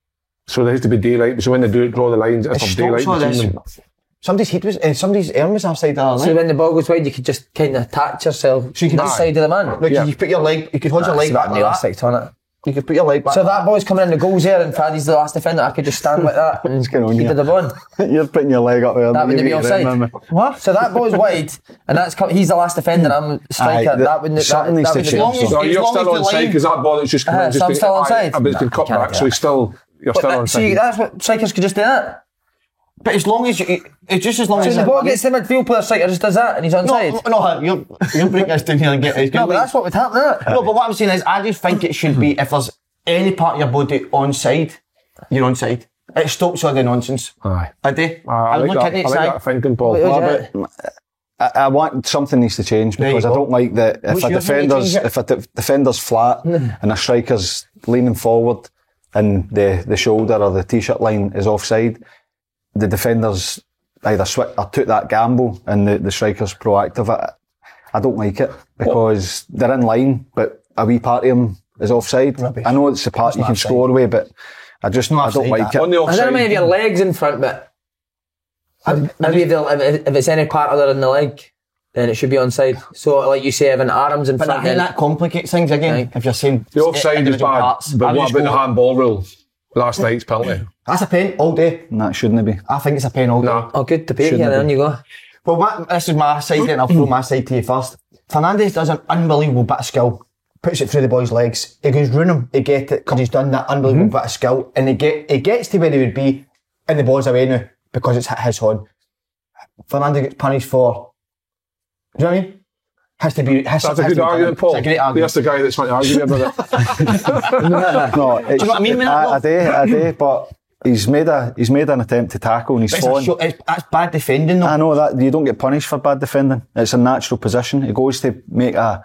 so there needs to be daylight. So when they do it, draw the lines. If It there's stops daylight all between this. them, Somebody's head was, uh, somebody's arm was offside the other So line. when the ball goes wide, you could just kind of attach yourself So you to could- the side of the man. No, you- Yeah. you put your leg, you could hold your That's leg back about like nearly that. six, wasn't it? You could put your leg back. So if that boy's coming in the goals there and Faddy's the last defender, I could just stand like that and going on keep here? it on. You're putting your leg up there. That wouldn't be offside. What? So that ball's wide and that's come, he's the last defender, I'm striker. Aye, the- that wouldn't something that, needs that to would change. have As long as- no, as you're long as still the onside line- because that ball that's just come Uh-huh, in. Just so I'm been- still aye, onside? But it's been No, cut you can't back, do so that. he's still you're But still that, see, onside. that's what strikers could just do that. But as long as you, it's just as long So as the you- ball gets to the midfield player, striker just does that and he's onside. No, No, no, you're you're bringing us down here and get it. but that's what would happen, innit? No, but what I'm saying is, I just think it should be if there's any part of your body onside, you're onside. It stops all the nonsense. Aye. I do. Aye, I I look like at that. it. I it's like like- that thinking, Paul. Wait, wait, Aye, wait. I, I want something needs to change There you because I go. don't like that if What's a yours when you defender's change Hmm. it? if a de- defender's flat and a striker's leaning forward and the the shoulder or the t-shirt line is offside, the defenders either switch or took that gamble and the, the striker's proactive. I, I don't like it because they're in line, but a wee part of them is offside. I know it's the part you can score away, but I just I don't offside, like On it. the I don't mind if your offside. legs in front, but maybe if, they'll- if, if it's any part other than the leg, then it should be onside. So, like you say, if an arm's in But I front, think then that complicates things again. Aye. If you're saying The offside is individual bad. parts, I But would what just about the go- handball rule? Last night's penalty. That's a pen all day. And that shouldn't be. I think it's a pen all day. No. oh, good debate here, then you go. Well, my, this is my side, then I'll throw my side to you first. Fernandez does an unbelievable bit of skill. Puts it through the boy's legs. He goes round him. He gets it because he's done that unbelievable Mm-hmm. bit of skill, and he get he gets to where he would be, and the ball's away now because it's hit his horn. Fernandez gets punished for. Do you know what I mean? Has to be. Has That's a has to good be argument, punished. Paul. It's a great That's argument. the guy that's trying to argue me about it. No, it's, know what I mean, Matt? I, I do, I do, but he's made a he's made an attempt to tackle and he's It's a fallen. show- it's- that's bad defending, though. I know that you don't get punished for bad defending. It's a natural position. He goes to make a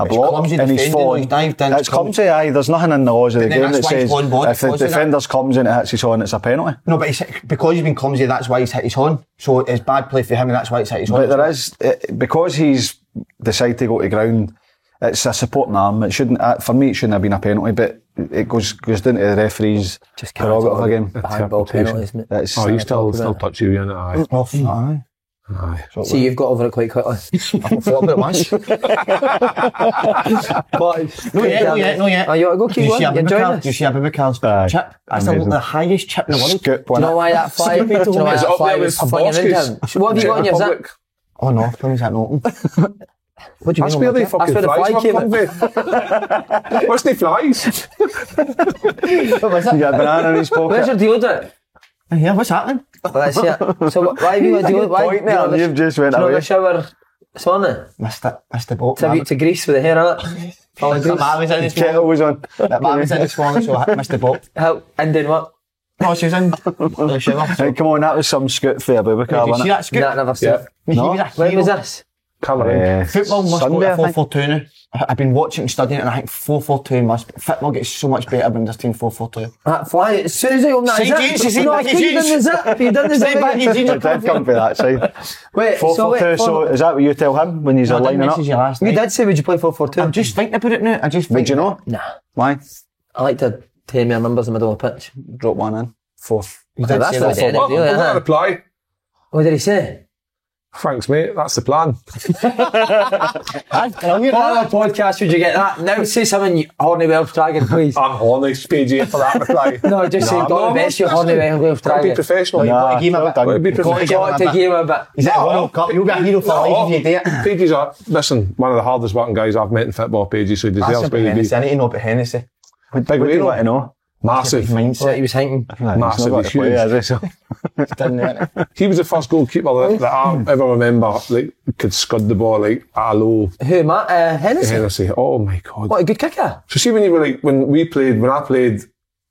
a It's block clumsy and he's defending, fallen. he's dived in, it's it's clumsy. clumsy, aye. There's nothing in the laws of the then game that that's why he's says gone wide if the because of that. defender's comes and it hits his horn, it's a penalty. No, but he's, because he's been clumsy, that's why he's hit his horn. So it's bad play for him, and that's why it's hit his horn. But there is it, because he's decided to go to ground. It's a supporting arm. It shouldn't uh, for me. It shouldn't have been a penalty, but it goes goes down to the referees. Just can't prerogative talk again. Handball penalties, mate. That's Oh, you still still touchy, you and I. Oh. off. Aye. Aye. See, you've got over it quite quickly. I thought about it once. but, No, yet, no, yet, no, yet. Oh, you ought to go keep Do you going. see You're enjoying Abubakar? this. Do you see Abubakar's uh, Aye. chip? That's the, Amazing. the highest chip in the world. Scoop Do one. you know why that fly? do you know why It's that up fly there with was flinging into him? Pavlovsky's. What have you got in your Czech zip? Republic. Oh no, when was that open? what do you That's mean? where on they that? fucking where the fly flies were came from, mate. Where's the flies? You got a banana in his pocket. Where's your deodorant? Yeah, what's happening? Well, that's it. So wh- why have you got deodorant? Why? Point there, you you've just went know, away. the shower this morning. Missed it. Missed the boat. Tribute to Greece with the hair on it. All in My Greece. mum was in this Kettle morning. was on. My mum was in this morning, so I missed the boat. How Indian what? No, she was in the shower. Hey, So, come on, that was some scoot for Abubakar, did you see wasn't it? that scoop? Nah, never seen. Yeah. He No. was a When hero. was this? Cameron. Eh, Football must Sunday, I go to think. 4 4 2 now. I- I've been watching and studying it, and I think 4 4 2 must. Football gets so much better when there's team 4 4 2. That fly. As soon as I opened that See, zip, James, you see, no, I James. couldn't have done the zip. You done the Stay back, you zip. see, It did come for that side. Wait, Four so for two, wait. so four- is that what you tell him when he's I a didn't lining up? message you last You night. did say would you play four four two? I'm just thinking about it now. I just. Would you know? nah. Why? I like to tell me our numbers in the middle of a pitch. Drop one in. Fourth. Okay, that's say not that. the end of it, Well, really, I've got a huh? reply. What did he say? Thanks, mate. That's the plan. What other podcast would you get that? Now say something, you horny Welsh dragon, please. I'm horny. It's PG for that reply. No, just say, Nah, God no, bless you, listen. horny Welsh Gotta be dragon. professional. You've got to give him a well bit. done. Gotta be You've got to Got give him a bit. professional. to give him a bit. He's at the World Cup. Oh, You'll be a hero for life if you do it. Pages are, listen, one of the hardest working guys I've met in football, Pages, so he That's deserves about where he Hennessy. be. I need to know about Hennessy. Big wheel. want to know? Massive. What he was thinking. Massive, Massive. he's huge. He was the first goalkeeper that, that I ever remember that could scud the ball like a low Who, Matt? Uh, Hennessy? Hennessy. Oh my god. What a good kicker. So see when you were like when we played when I played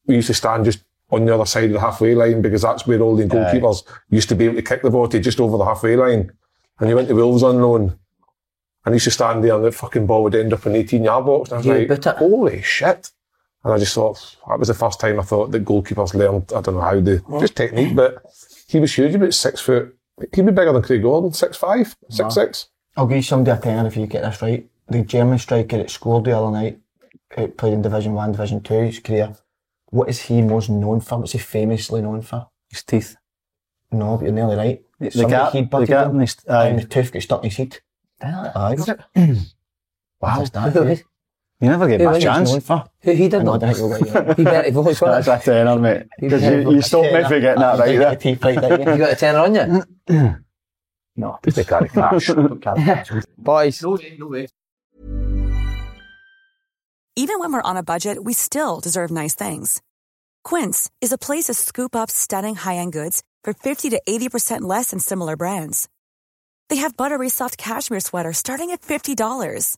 we used to stand just on the other side of the halfway line because that's where all the goalkeepers used to be able to kick the ball to just over the halfway line. And he went to Wolves on loan. And he used to stand there and the fucking ball would end up in 18 yard box. And I was Yeah, like, but it- holy shit. And I just thought, that was the first time I thought that goalkeepers learned, I don't know how they, just technique, but he was huge, about six foot. He'd be bigger than Craig Gordon, six five, six six. I'll give you somebody a tenner if you get this right. The German striker that scored the other night, who played in Division 1, Division 2 his career, what is he most known for? What's he famously known for? His teeth. No, but you're nearly right. The Somebody gap- he'd the butted gap him, in his- and aye. the tooth got stuck in his head. Aye. Wow. Is that, Who, eh? he- You never get Yeah, much I think it's chance. Oh, known for? who he did No, I not. don't think you're right. He better voice one. That's a tenner, mate. 'Cause Yeah, you, you stopped me from getting that right there. Teeth right there. You got a tenner on you? No. They carry cash. Boys. Even when we're on a budget, we still deserve nice things. Quince is a place to scoop up stunning high-end goods for 50 to 80% less than similar brands. They have buttery soft cashmere sweaters starting at $50,